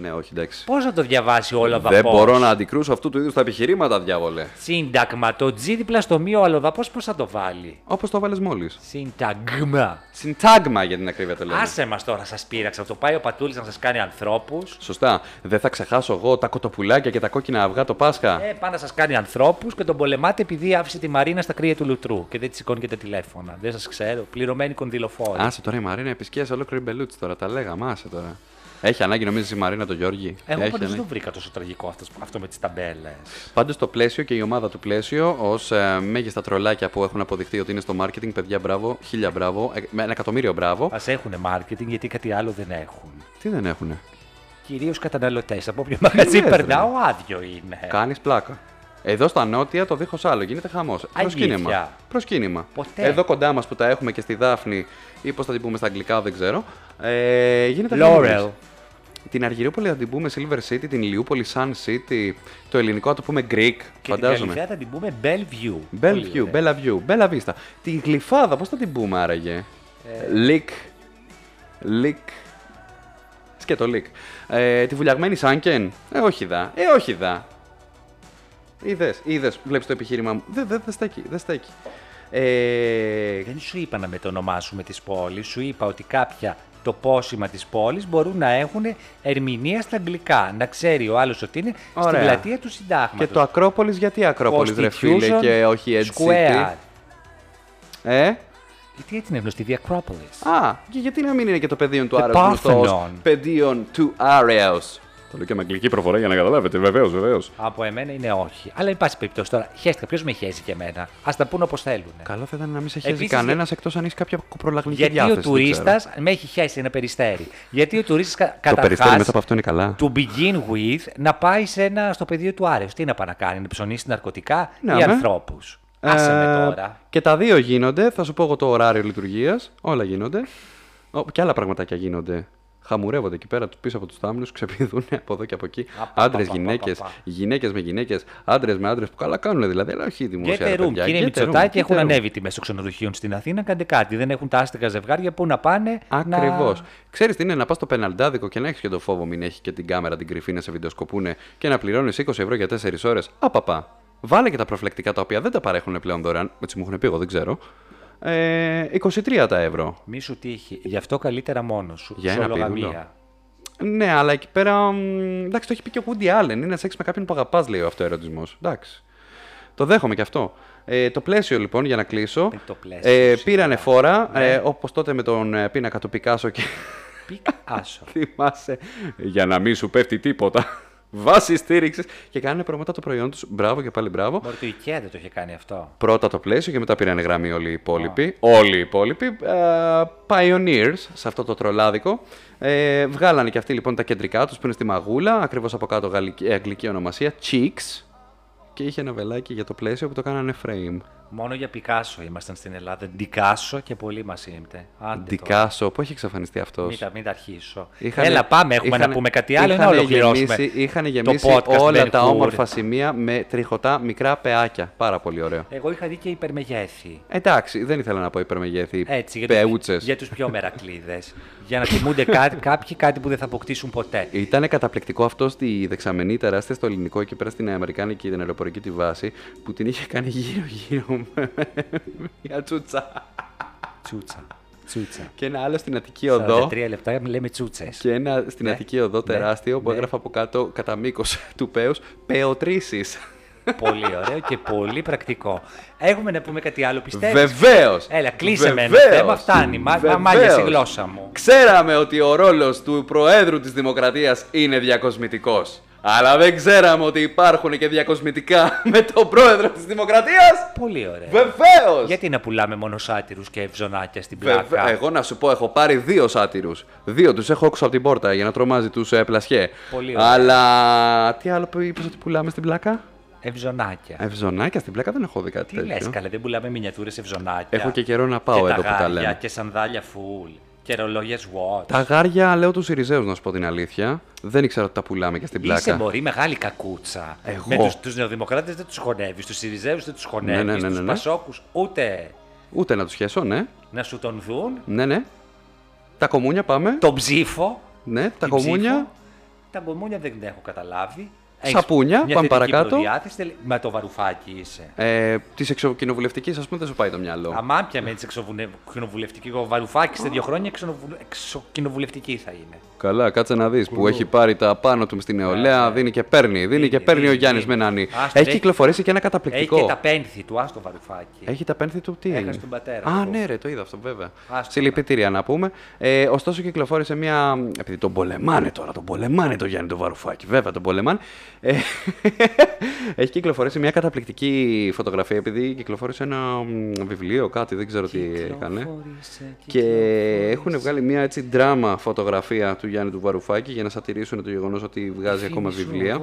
Ναι, όχι, εντάξει. Πώς να το διαβάσει όλο Δεν μπορώ να αντικρούσω αυτού του είδους τα επιχειρήματα, διάβολε. Σύνταγμα. Το G δίπλα στο μη ο αλλοδαπό πώς θα το βάλει. Όπως το βάλες μόλις. Σύνταγμα. Συντάγμα για την ακρίβεια το λέμε. Άσε μας τώρα, σας πείραξα. Το πάει ο Πατούλης να σας κάνει ανθρώπους. Σωστά. Δεν θα ξεχάσω εγώ τα κοτοπουλάκια και τα κόκκινα αυγά το Πάσχα. Ε, πάει να σας κάνει ανθρώπους και τον πολεμάτε επειδή άφησε τη Μαρίνα στα κρύα του Λουτρού και δεν τη σηκώνει και τα τηλέφωνα. Δεν σας ξέρω. Πληρωμένη κονδυλοφόρη. Άσε τώρα η Μαρίνα επισκίασε ολόκληρη μπελούτσι τώρα. Τα λέγαμε, άσε τώρα. Έχει ανάγκη νομίζω η Μαρίνα το Γιώργη. Εγώ Έχει πάντως Ε, δεν ανάγκη. το βρήκα τόσο τραγικό αυτό, αυτό με τις ταμπέλες. Πάντως το πλαίσιο και η ομάδα του πλαίσιο ως μέγιστα τρολάκια που έχουν αποδειχθεί ότι είναι στο marketing, παιδιά μπράβο, χίλια μπράβο, ε, με ένα εκατομμύριο μπράβο. Ας έχουν marketing γιατί κάτι άλλο δεν έχουν. Τι δεν έχουνε. Κυρίως καταναλωτές. Από όποιο μαγαζί λες, ρε. περνάω, άδειο είναι. Κάνεις Ε. πλάκα. Εδώ στα νότια το δίχως άλλο, γίνεται χαμός. Προσκύνημα. Προσκύνημα. Ποτέ. Εδώ κοντά μας που τα έχουμε και στη Δάφνη, ή πώς θα την πούμε στα αγγλικά, δεν ξέρω. Ε, γίνεται Laurel. χαμός. Την Αργυρούπολη θα την πούμε Silver City, την Ηλιούπολη Sun City, το ελληνικό θα το πούμε Greek, Και την φαντάζομαι. Καλυθέα θα την πούμε Bellevue. Πολύ Bellevue, ωραία. Bella View, Bella Vista. Τη γλυφάδα, πώς θα την πούμε άραγε. Ε. Λικ. Λικ. Σκέτο Λικ. Ε, τη βουλιαγμένη Σάνκεν. Ε, όχι δα. Ε, όχι δα. Είδες, είδες, βλέπεις το επιχείρημά μου. Δεν δε, δε στέκει, δεν στέκει. Ε, Δεν σου είπα να μετονομάσουμε τις πόλεις, σου είπα ότι κάποια τοπόσημα της πόλης μπορούν να έχουν ερμηνεία στα αγγλικά. Να ξέρει ο άλλος ότι είναι στην Ωραία. πλατεία του συντάγματος. και το Ακρόπολης, γιατί Ακρόπολης, ρε φίλε, Constitution και όχι Edge City. Square. Ε, Γιατί έτσι είναι γνωστή, The Acropolis. Α, και γιατί να μην είναι και το πεδίο του The Άρεος γνωστός ως Parthenon. Πεδίο του Άρεος. Το λέω και με αγγλική προφορά για να καταλάβετε. Βεβαίως, βεβαίως. Από εμένα είναι όχι. Αλλά εν πάση περιπτώσει τώρα, χαίστηκα. Ποιος με χαίζει και εμένα. Ας τα πούνε όπως θέλουν. Καλό θα ήταν να μην σε χέζει Ε. Επίσης, κανένας εκτός αν έχει κάποια προλαγνική Γιατί διάθεση. ο δεν ξέρω. τουρίστας με έχει χέσει ένα περιστέρι. Γιατί ο τουρίστας κα- Το περιστέρι καταρχάς μετά από αυτό είναι καλά. to begin with να πάει σε ένα, στο πεδίο του Άρεο. Τι να πάει να κάνει, να ψωνίσει ναρκωτικά Ναι, ή ναι. ανθρώπους. Άσε με Ε, τώρα. Και τα δύο γίνονται. Θα σου πω εγώ το ωράριο λειτουργίας. Όλα γίνονται. Ο, και άλλα πραγματάκια γίνονται. Χαμουρεύονται εκεί πέρα του πίσω από τους θάμνους, *laughs* ξεπηδούν από εδώ και από εκεί. Α, πα, Άντρες, πα, πα, γυναίκες, πα, πα. γυναίκες με γυναίκες, άντρες με άντρες που καλά κάνουν δηλαδή, αλλά όχι δημοσία. ρε Get a room. παιδιά. Κύριε Get a room, Μητσοτάκη, get έχουν a room. ανέβει τιμές των ξενοδοχείων στην Αθήνα. Κάντε κάτι. Δεν έχουν τα άστεγα ζευγάρια που να πάνε. να- Ακριβώς. Ξέρεις τι είναι να πας στο πεναλτάδικο και να έχεις και το φόβο μην έχει και την κάμερα την κρυφή να σε βιντεοσκοπούνε και να πληρώνεις 20 ευρώ για 4 ώρε. Απαπα. Βάλε και τα προφλεκτικά τα οποία δεν τα παρέχουν πλέον δωρεάν. Έτσι μου έχουν πει, εγώ δεν ξέρω. Ε, 23 τα ευρώ. Μη σου τύχει. Γι' αυτό καλύτερα μόνος σου. Για σε ένα ολογαμία. πίδουλο. Ναι, αλλά εκεί πέρα. μ, Εντάξει, το έχει πει και ο Woody Allen. Είναι σεξ με κάποιον που αγαπάς, λέει ο αυτοερωτισμός. Εντάξει. Το δέχομαι και αυτό. Ε, το πλαίσιο λοιπόν, για να κλείσω. Ε, το πλαίσιο, Ναι. ε, σίγουρα. πήρανε φόρα, ε, όπως τότε με τον ε, πίνακα του Πικάσο και Πικ άσο. θυμάσαι. Για να μην σου πέφτει τίποτα. βάση στήριξης και κάνουν προμότα το προϊόν τους. Μπράβο και πάλι μπράβο. Μπορεί το IKEA δεν το είχε κάνει αυτό. Πρώτα το πλαίσιο και μετά πήραν γραμμή όλοι οι υπόλοιποι. Όλοι οι υπόλοιποι. ε, pioneers σε αυτό το τρολάδικο. Ε, βγάλανε και αυτοί λοιπόν τα κεντρικά τους που είναι στη Μαγούλα. Ακριβώς από κάτω γαλλική, ε, αγγλική ονομασία. Cheeks. Και είχε ένα βελάκι για το πλαίσιο που το κάνανε frame. Μόνο για Πικάσο ήμασταν στην Ελλάδα. Ντικάσο και πολύ μα ήμτε. Άντε τώρα. Ντικάσο, πού έχει εξαφανιστεί αυτός. Μην τα, μην τα αρχίσω. Είχανε- Έλα, πάμε. Έχουμε είχανε- να πούμε κάτι άλλο ή να είχανε ολοκληρώσουμε. γεμίσει- Είχαν το γεμίσει podcast όλα Ben τα Hur. όμορφα σημεία με τριχωτά μικρά πεάκια. Πάρα πολύ ωραίο. Εγώ είχα δει και υπερμεγέθη. Εντάξει, δεν ήθελα να πω υπερμεγέθη. Έτσι, για, Πεούτσες. Τους, για τους πιο μερακλείδες. για να τιμούνται κά, *laughs* κάποιοι κάτι που δεν θα αποκτήσουν ποτέ. Ήταν καταπληκτικό αυτός στη δεξαμενή τεράστια στο ελληνικό εκεί πέρα στην Αμερικάνικη την αεροπορική τη βάση που την είχε κάνει γύρω-γύρω *laughs* με μια τσούτσα. Τσούτσα. Τσούτσα. Και ένα άλλο στην Αττική Οδό. 43 λεπτά λέμε τσούτσες. Και ένα στην Αττική Οδό τεράστιο που ναι. έγραφε από κάτω κατά μήκος του Πέους Πεοτρήσει. πολύ ωραίο και πολύ πρακτικό. Έχουμε να πούμε κάτι άλλο, πιστεύεις. Βεβαίως! Έλα, κλείσε με ένα θέμα, φτάνει. Μα, μα μάλιασε η γλώσσα μου. Ξέραμε ότι ο ρόλος του Προέδρου της Δημοκρατίας είναι διακοσμητικός. Αλλά δεν ξέραμε ότι υπάρχουν και διακοσμητικά *laughs* με τον Πρόεδρο της Δημοκρατίας. Πολύ ωραίο. Βεβαίως! Γιατί να πουλάμε μόνο σάτυρους και ευζωνάκια στην πλάκα. Εγώ να σου πω, έχω πάρει δύο σάτυρους. Δύο τους έχω έξω από την πόρτα για να τρομάζει τους ε, πλασιέ. Πολύ ωραία. Αλλά τι άλλο είπες ότι πουλάμε στην πλάκα. Ευζωνάκια. Ευζωνάκια στην πλάκα δεν έχω δει κάτι Τι τέτοιο. λε, καλέ, δεν πουλάμε μινιατούρες ευζωνάκια. Έχω και καιρό να πάω και εδώ που τα ταγάρια λέμε. Και σανδάλια φουλ. Και ρολόγια watch. Τα γάρια λέω τους Ιριζέους να σου πω την αλήθεια. Δεν ήξερα ότι τα πουλάμε και στην πλάκα. Είσαι μωρή μεγάλη κακούτσα. Εγώ. Με τους, τους νεοδημοκράτες δεν τους χωνεύεις, τους Σιριζέους δεν τους χωνεύεις, Ναι, ναι, ναι, τους ναι, ναι. Πασόκους ούτε Ούτε να τους χέσω, ναι. να σου τον δουν, Ναι, ναι. Τα κομμούνια πάμε. τον ψήφο, Ναι, τα την κομμούνια. ψήφο. Τα κομμούνια δεν τα έχω καταλάβει. Σαπούνια, μια πάμε θετική παρακάτω. προδιάθεση, τελε- μα το βαρουφάκι είσαι. Ε, Της εξοκοινοβουλευτικής, ας πούμε, δεν σου πάει το μυαλό. Αμάπια με τις εξοκοινοβουλευτική, ο Βαρουφάκης σε δύο χρόνια εξονοβουλε- εξοκοινοβουλευτική θα είναι. Καλά, κάτσε να δεις που έχει πάρει τα πάνω του στην νεολαία, δίνει και παίρνει. Δίνει και παίρνει ο δίνει, Γιάννη δίνει. Μενάνη. Άστο, Έχει έχει- κυκλοφορήσει και ένα Έχει και καταπληκτικό. τα πένθη του, άστο Βαρουφάκη. Έχει τα πένθη του, τι Έχασε έγινε? τον πατέρα Α, του. ναι, ρε, το είδα αυτό, βέβαια. Άστο. Συλληπιτήρια να πούμε. Ε, ωστόσο, κυκλοφόρησε μια. Επειδή τον πολεμάνε τώρα, τον πολεμάνε τον Γιάννη τον Βαρουφάκη, βέβαια τον πολεμάνε. Ε, *laughs* έχει κυκλοφορήσει μια καταπληκτική φωτογραφία, επειδή κυκλοφόρησε ένα μ, βιβλίο, κάτι, δεν ξέρω τι έκανε. Και έχουν βγάλει μια έτσι δράμα φωτογραφία του Γιάννη του Βαρουφάκη για να σατυρήσουν το γεγονός ότι βγάζει ακόμα βιβλία.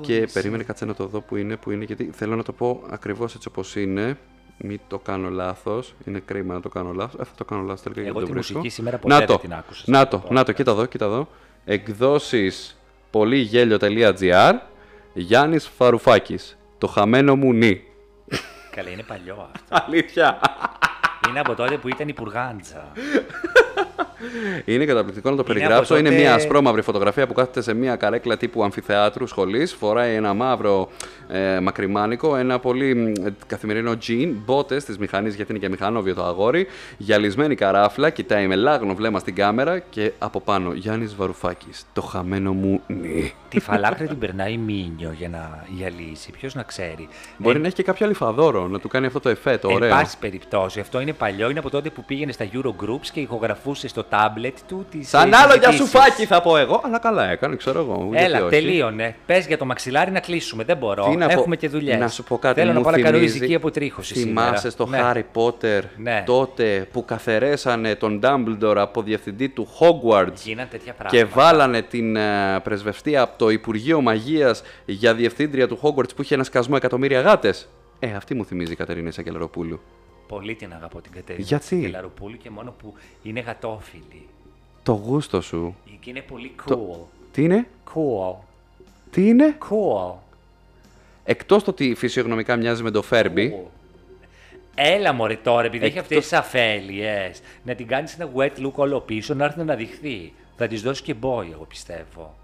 Και περίμενε κάτσε να το δω που είναι, που είναι, γιατί θέλω να το πω ακριβώς έτσι όπως είναι. Μην το κάνω λάθος. Είναι κρίμα να το κάνω λάθος. θα το κάνω λάθος τελικά γιατί Εγώ το τη βρίσκω. μουσική σήμερα ποτέ να δεν το, την άκουσα. Να το, να το, κοίτα εδώ, κοίτα εδώ. Εκδόσεις πολύγέλιο.gr Γιάννης Φαρουφάκης. Το χαμένο μου νι. Καλά, είναι παλιό αυτό. *laughs* Αλήθεια. είναι από τότε που ήταν η Πουργάντζα. Είναι καταπληκτικό να το Είναι περιγράψω. από Είναι, τότε- μια ασπρόμαυρη φωτογραφία που κάθεται σε μια καρέκλα τύπου αμφιθεάτρου σχολής. Φοράει ένα μαύρο ε, μακριμάνικο, ένα πολύ μ, καθημερινό τζιν, μπότες της μηχανής γιατί είναι και μηχανόβιο το αγόρι. Γυαλισμένη καράφλα, κοιτάει με λάγνο βλέμμα στην κάμερα και από πάνω Γιάννης Βαρουφάκης. Το χαμένο μου νι. Τη φαλάκρα την περνάει μήνιο για να γυαλίσει. Ποιος να ξέρει. Μπορεί να έχει και κάποιο αλφαδόρο να του κάνει αυτό το εφέ, το Εν ωραίο. πάση περιπτώσει, αυτό είναι παλιό. Είναι από τότε που πήγαινε στα Eurogroups και ηχογραφούσε στο τάμπλετ του τις. Σαν άλλο για σουφάκι θα πω εγώ, αλλά καλά έκανε, ξέρω εγώ. γιατί Έλα, όχι. τελείωνε. Πες για το μαξιλάρι να κλείσουμε. Δεν μπορώ. Τι να πω- Έχουμε και δουλειές. Να σου πω κάτι. Θέλω μου να πάω να κάνω θυμίζει- ριζική αποτρίχωση. Θυμάσαι σήμερα. στο Ναι. Χάρι Πότερ Ναι. τότε που καθαρέσανε τον Ντάμπλντορ από διευθυντή του Hogwarts Γίναν τέτοια και πράγματα. βάλανε την ε, πρεσβευτή από το Υπουργείο Μαγείας για διευθύντρια του Hogwarts που είχε ένα σκασμό εκατομμύρια γάτες. Ε, αυτή μου θυμίζει η Κατερίνα Σακελαροπούλου. Πολύ την αγαπώ την Κατερίνα. Γιατί? Τη Λαροπούλου και μόνο που είναι γατόφιλη. Το γούστο σου. Και είναι πολύ cool. Το- Τι είναι, Cool. τι είναι. Cool. Εκτός το ότι φυσιογνωμικά μοιάζει με το Φέρμπι. Έλα μωρέ τώρα, επειδή έχει Εκτός- αυτές τις αφέλειες, να την κάνεις ένα wet look όλο πίσω, να έρθει να αναδειχθεί. Θα της δώσεις και boy, εγώ πιστεύω.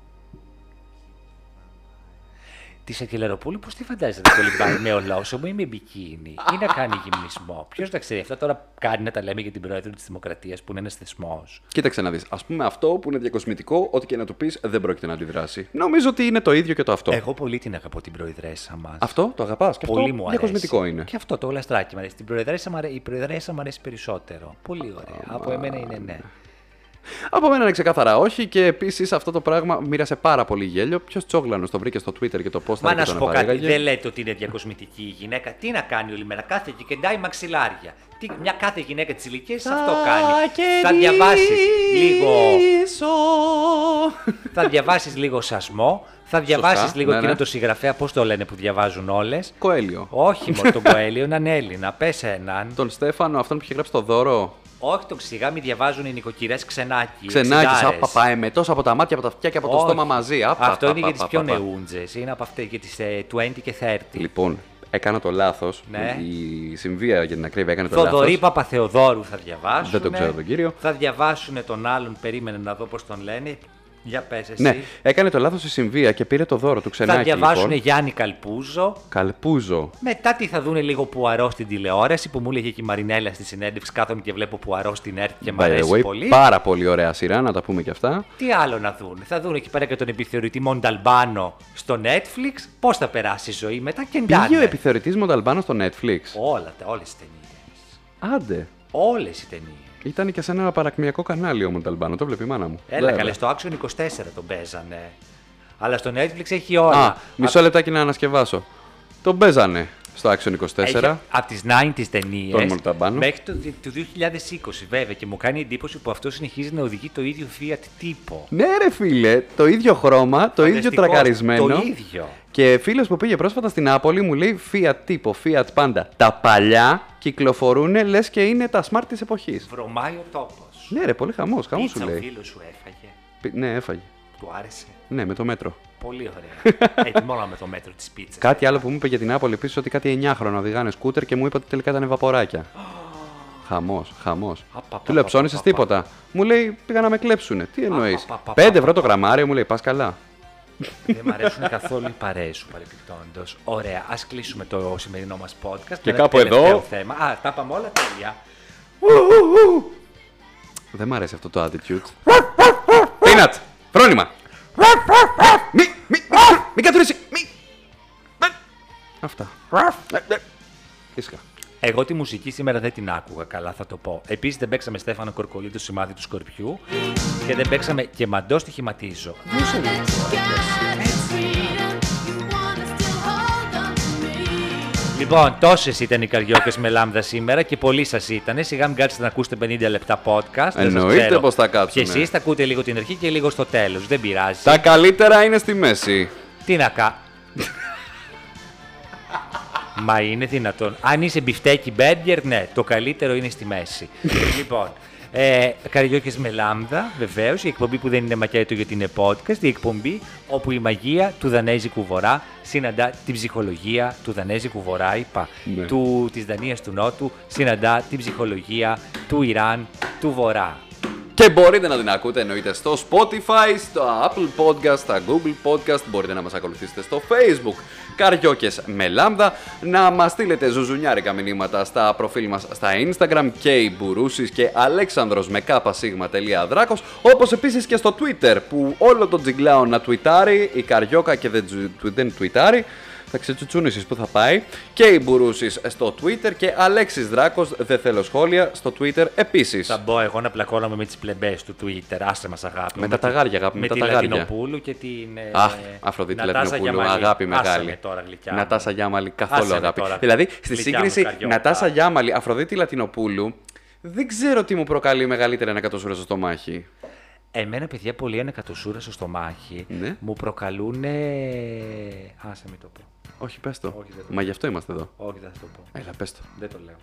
Τη Σακελαροπούλου, πώ τη φαντάζεσαι να το λιμπάει με ολόσωμο ή με μπικίνι, ή να κάνει γυμνισμό. Ποιος τα ξέρει, αυτά τώρα κάνει να τα λέμε για την πρόεδρο της Δημοκρατίας που είναι ένας θεσμός. Κοίταξε να δεις. Ας πούμε αυτό που είναι διακοσμητικό, ό,τι και να του πεις δεν πρόκειται να αντιδράσει. Νομίζω ότι είναι το ίδιο και το αυτό. Εγώ πολύ την αγαπώ την προεδρέσα μας. Αυτό το αγαπάς και Πολύ αυτό μου αρέσει. διακοσμητικό είναι. Και αυτό το γλαστράκι μου αρέσει. Την προεδρέσα, μου αρέ- η προεδρέσα μου αρέσει περισσότερο. Πολύ ωραία. Από εμένα είναι ναι. Από μένα είναι ξεκάθαρα όχι και επίσης αυτό το πράγμα μοίρασε πάρα πολύ γέλιο. Ποιος τσόγλανος το βρήκε στο Twitter και το πώ θα Μα και να τον σου πω κάτι, επαρέγαγε. δεν λέτε ότι είναι διακοσμητική η γυναίκα. Τι να κάνει όλη μέρα, κάθε και κεντάει μαξιλάρια. Τι, μια κάθε γυναίκα της ηλικίας αυτό κάνει. Θα διαβάσεις λίγο, θα διαβάσεις λίγο σασμό, θα διαβάσεις λίγο ναι, εκείνο ναι. το συγγραφέα, πώς το λένε που διαβάζουν όλες. Κοέλιο. Όχι μόνο τον Κοέλιο, έναν Έλληνα. Πες έναν. Τον Στέφανο, αυτόν που είχε γράψει το δώρο. Όχι τον ξηγάμι, διαβάζουν οι νοικοκυρές ξενάκι. Ξενάκι, σαν εξιντάρες. παπαεμετό από τα μάτια, από τα αυτιά και από το Όχι. στόμα μαζί. Απα, Αυτό πα, είναι πα, για τις πα, πιο πα, πα. νεούντζες. Είναι από αυτέ για τις 20 και 30. Λοιπόν, έκανα το λάθος. Ναι. Η συμβία για την ακρίβεια έκανε το λάθο. Θοδωρή Παπαθεοδόρου θα διαβάσουν. Δεν τον ξέρω τον κύριο. Θα διαβάσουν τον άλλον, περίμενε να δω πώς τον λένε. Για πες εσύ. Ναι, έκανε το λάθος η Συμβία και πήρε το δώρο του ξενάκι. θα διαβάσουν λοιπόν. Γιάννη Καλπούζο. Καλπούζο. Μετά τι θα δούνε λίγο Πουαρό στην τηλεόραση που μου έλεγε και η Μαρινέλα στη συνέντευξη. Κάθομαι και βλέπω Πουαρό στην ΕΡΤ και μ' By the αρέσει way, πολύ. πάρα πολύ ωραία σειρά, να τα πούμε και αυτά. Τι άλλο να δουν. Θα δουν εκεί πέρα και τον επιθεωρητή Μονταλμπάνο στο Netflix. Πώς θα περάσει η ζωή μετά και Πήγε ο εντάξει. επιθεωρητής Μονταλμπάνο στο Netflix. Όλα τα, όλες τι ταινίες. Άντε. Όλες οι ταινίες. Ήταν και σε ένα παρακμιακό κανάλι ο Μονταλμπάνο, το βλέπει η μάνα μου. Έλα, Βέβαια. καλές, στο Action 24 τον παίζανε. Αλλά στο Netflix έχει όλα. Α, μισό λεπτάκι να ανασκευάσω. Τον παίζανε στο Action 24. Από τις 90s Τον ταινίες Μολταμπάνο. μέχρι το, το 2020 βέβαια και μου κάνει εντύπωση που αυτό συνεχίζει να οδηγεί το ίδιο Fiat τύπο. Ναι, ρε φίλε, το ίδιο χρώμα, το ίδιο Φανταστικό, τρακαρισμένο. Το ίδιο. Και φίλος που πήγε πρόσφατα στην Άπολη μου λέει Fiat τύπο, Fiat πάντα. Τα παλιά κυκλοφορούν λες και είναι τα smart της εποχής. Βρωμάει ο τόπος. Ναι, ρε, πολύ χαμός, χαμός σου Πίτσα ο λέει. φίλος σου έφαγε. Πι- Ναι, έφαγε. Του *laughs* άρεσε. Ναι, με το μέτρο. Πολύ ωραία. Έτσι μόνο με το μέτρο της πίτσας. Κάτι άλλο που μου είπε για την Άπολη επίσης ότι κάτι 9 χρόνια οδηγάνε σκούτερ και μου είπε ότι τελικά *gasps* ήταν βαποράκια. Χαμός, χαμός. Απα, Του λέω πα, ψώνισε πα, πα, πα. τίποτα. Μου λέει πήγα να με κλέψουνε. Τι εννοείς. πα, πα, 5 πα, ευρώ το γραμμάριο μου λέει πας καλά. Δεν μ' αρέσουν καθόλου οι παρέες σου παρεπιπτόντως. Ωραία, ας κλείσουμε το σημερινό μας podcast. με ένα κάπου εδώ. τελευταίο Θέμα. Α, τα είπαμε όλα τέλεια. Δεν μ' αρέσει αυτό το attitude. *laughs* Πίνατ! Φρόνημα! Μη, μη, μη κατουρίσει! Μη! *laughs* Αυτά. Ήσυχα. Εγώ τη μουσική σήμερα δεν την άκουγα καλά, θα το πω. Επίσης δεν παίξαμε Στέφανο Κορκολί το σημάδι του Σκορπιού και δεν παίξαμε και μαντός στοιχηματίζω. Λοιπόν, τόσες ήταν οι καριόκε με λάμδα σήμερα και πολλοί σας ήταν. Σιγά μην κάτσετε να ακούσετε 50 λεπτά podcast. Εννοείται πως θα κάτσουμε. Και εσείς θα ακούτε λίγο την αρχή και λίγο στο τέλος. Δεν πειράζει. Τα καλύτερα είναι στη μέση. Τι να κα... Μα είναι δυνατόν. Αν είσαι μπιφτέκι μπέργκερ, ναι, το καλύτερο είναι στη μέση. λοιπόν, ε, Καριόκες με λάμδα, βεβαίως, η εκπομπή που δεν είναι μακέτο γιατί είναι podcast, η εκπομπή όπου η μαγεία του Δανέζικου Βορρά συναντά την ψυχολογία του Δανέζικου Βορρά, είπα, Ναι. του, της Δανίας του Νότου, συναντά την ψυχολογία του Ιράν του Βορρά. Και μπορείτε να την ακούτε εννοείται στο Spotify, στο Apple Podcast, στα Google Podcast, μπορείτε να μας ακολουθήσετε στο Facebook, Καριόκες με Λάμδα, να μας στείλετε ζουζουνιάρικα μηνύματα στα προφίλ μας στα Instagram και οι Μπουρούσης και αλέξανδρος με κάπασίγμα.δράκος, όπως επίσης και στο Twitter που όλο το τζιγκλάο να τουιτάρει, η Καριόκα και δεν, τζου- του- δεν τουιτάρει, θα ξετσουτσούν εσείς που θα πάει και οι Μπουρούσης στο Twitter και Αλέξης Δράκος, δεν θέλω σχόλια, στο Twitter επίσης. Θα μπω εγώ να πλακώνομαι με τις πλεμπές του Twitter. Άσε μας αγάπη. Με τα ταγάρια, αγάπη, Με με τα τη ταγάρια. Λατινοπούλου και την. ε, Αχ, Αφροδίτη Νατάσα Λατινοπούλου, Γιαμαλή. αγάπη Άσε μεγάλη. με τώρα, γλυκιά. Νατάσα μου. Γιάμαλη, Άσε καθόλου με αγάπη. τώρα. Δηλαδή, στη Γλυκιά σύγκριση μου καριόλα. Νατάσα Γιάμαλη, Αφροδίτη Λατινοπούλου, δεν ξέρω τι μου προκαλεί μεγαλύτερη ανακατοσούρα στο στομάχι. Εμένα, παιδιά, πολύ ανακατοσούρα στο στομάχι Ναι. μου προκαλούν. Άσε με το πω. Όχι, πες το. Όχι, δεν το Μα γι' αυτό είμαστε εδώ. Όχι, δεν θα το πω. Έλα, πες το. Δεν το λέω.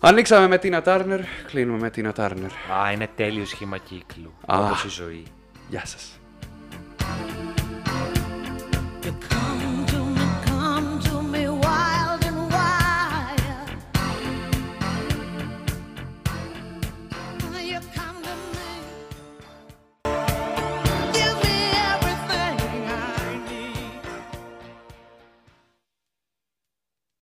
Ανοίξαμε με Τίνα Τάρνερ, κλείνουμε με Τίνα Τάρνερ. Α, είναι τέλειος σχήμα κύκλου. Α. Όπως η ζωή. Γεια σας.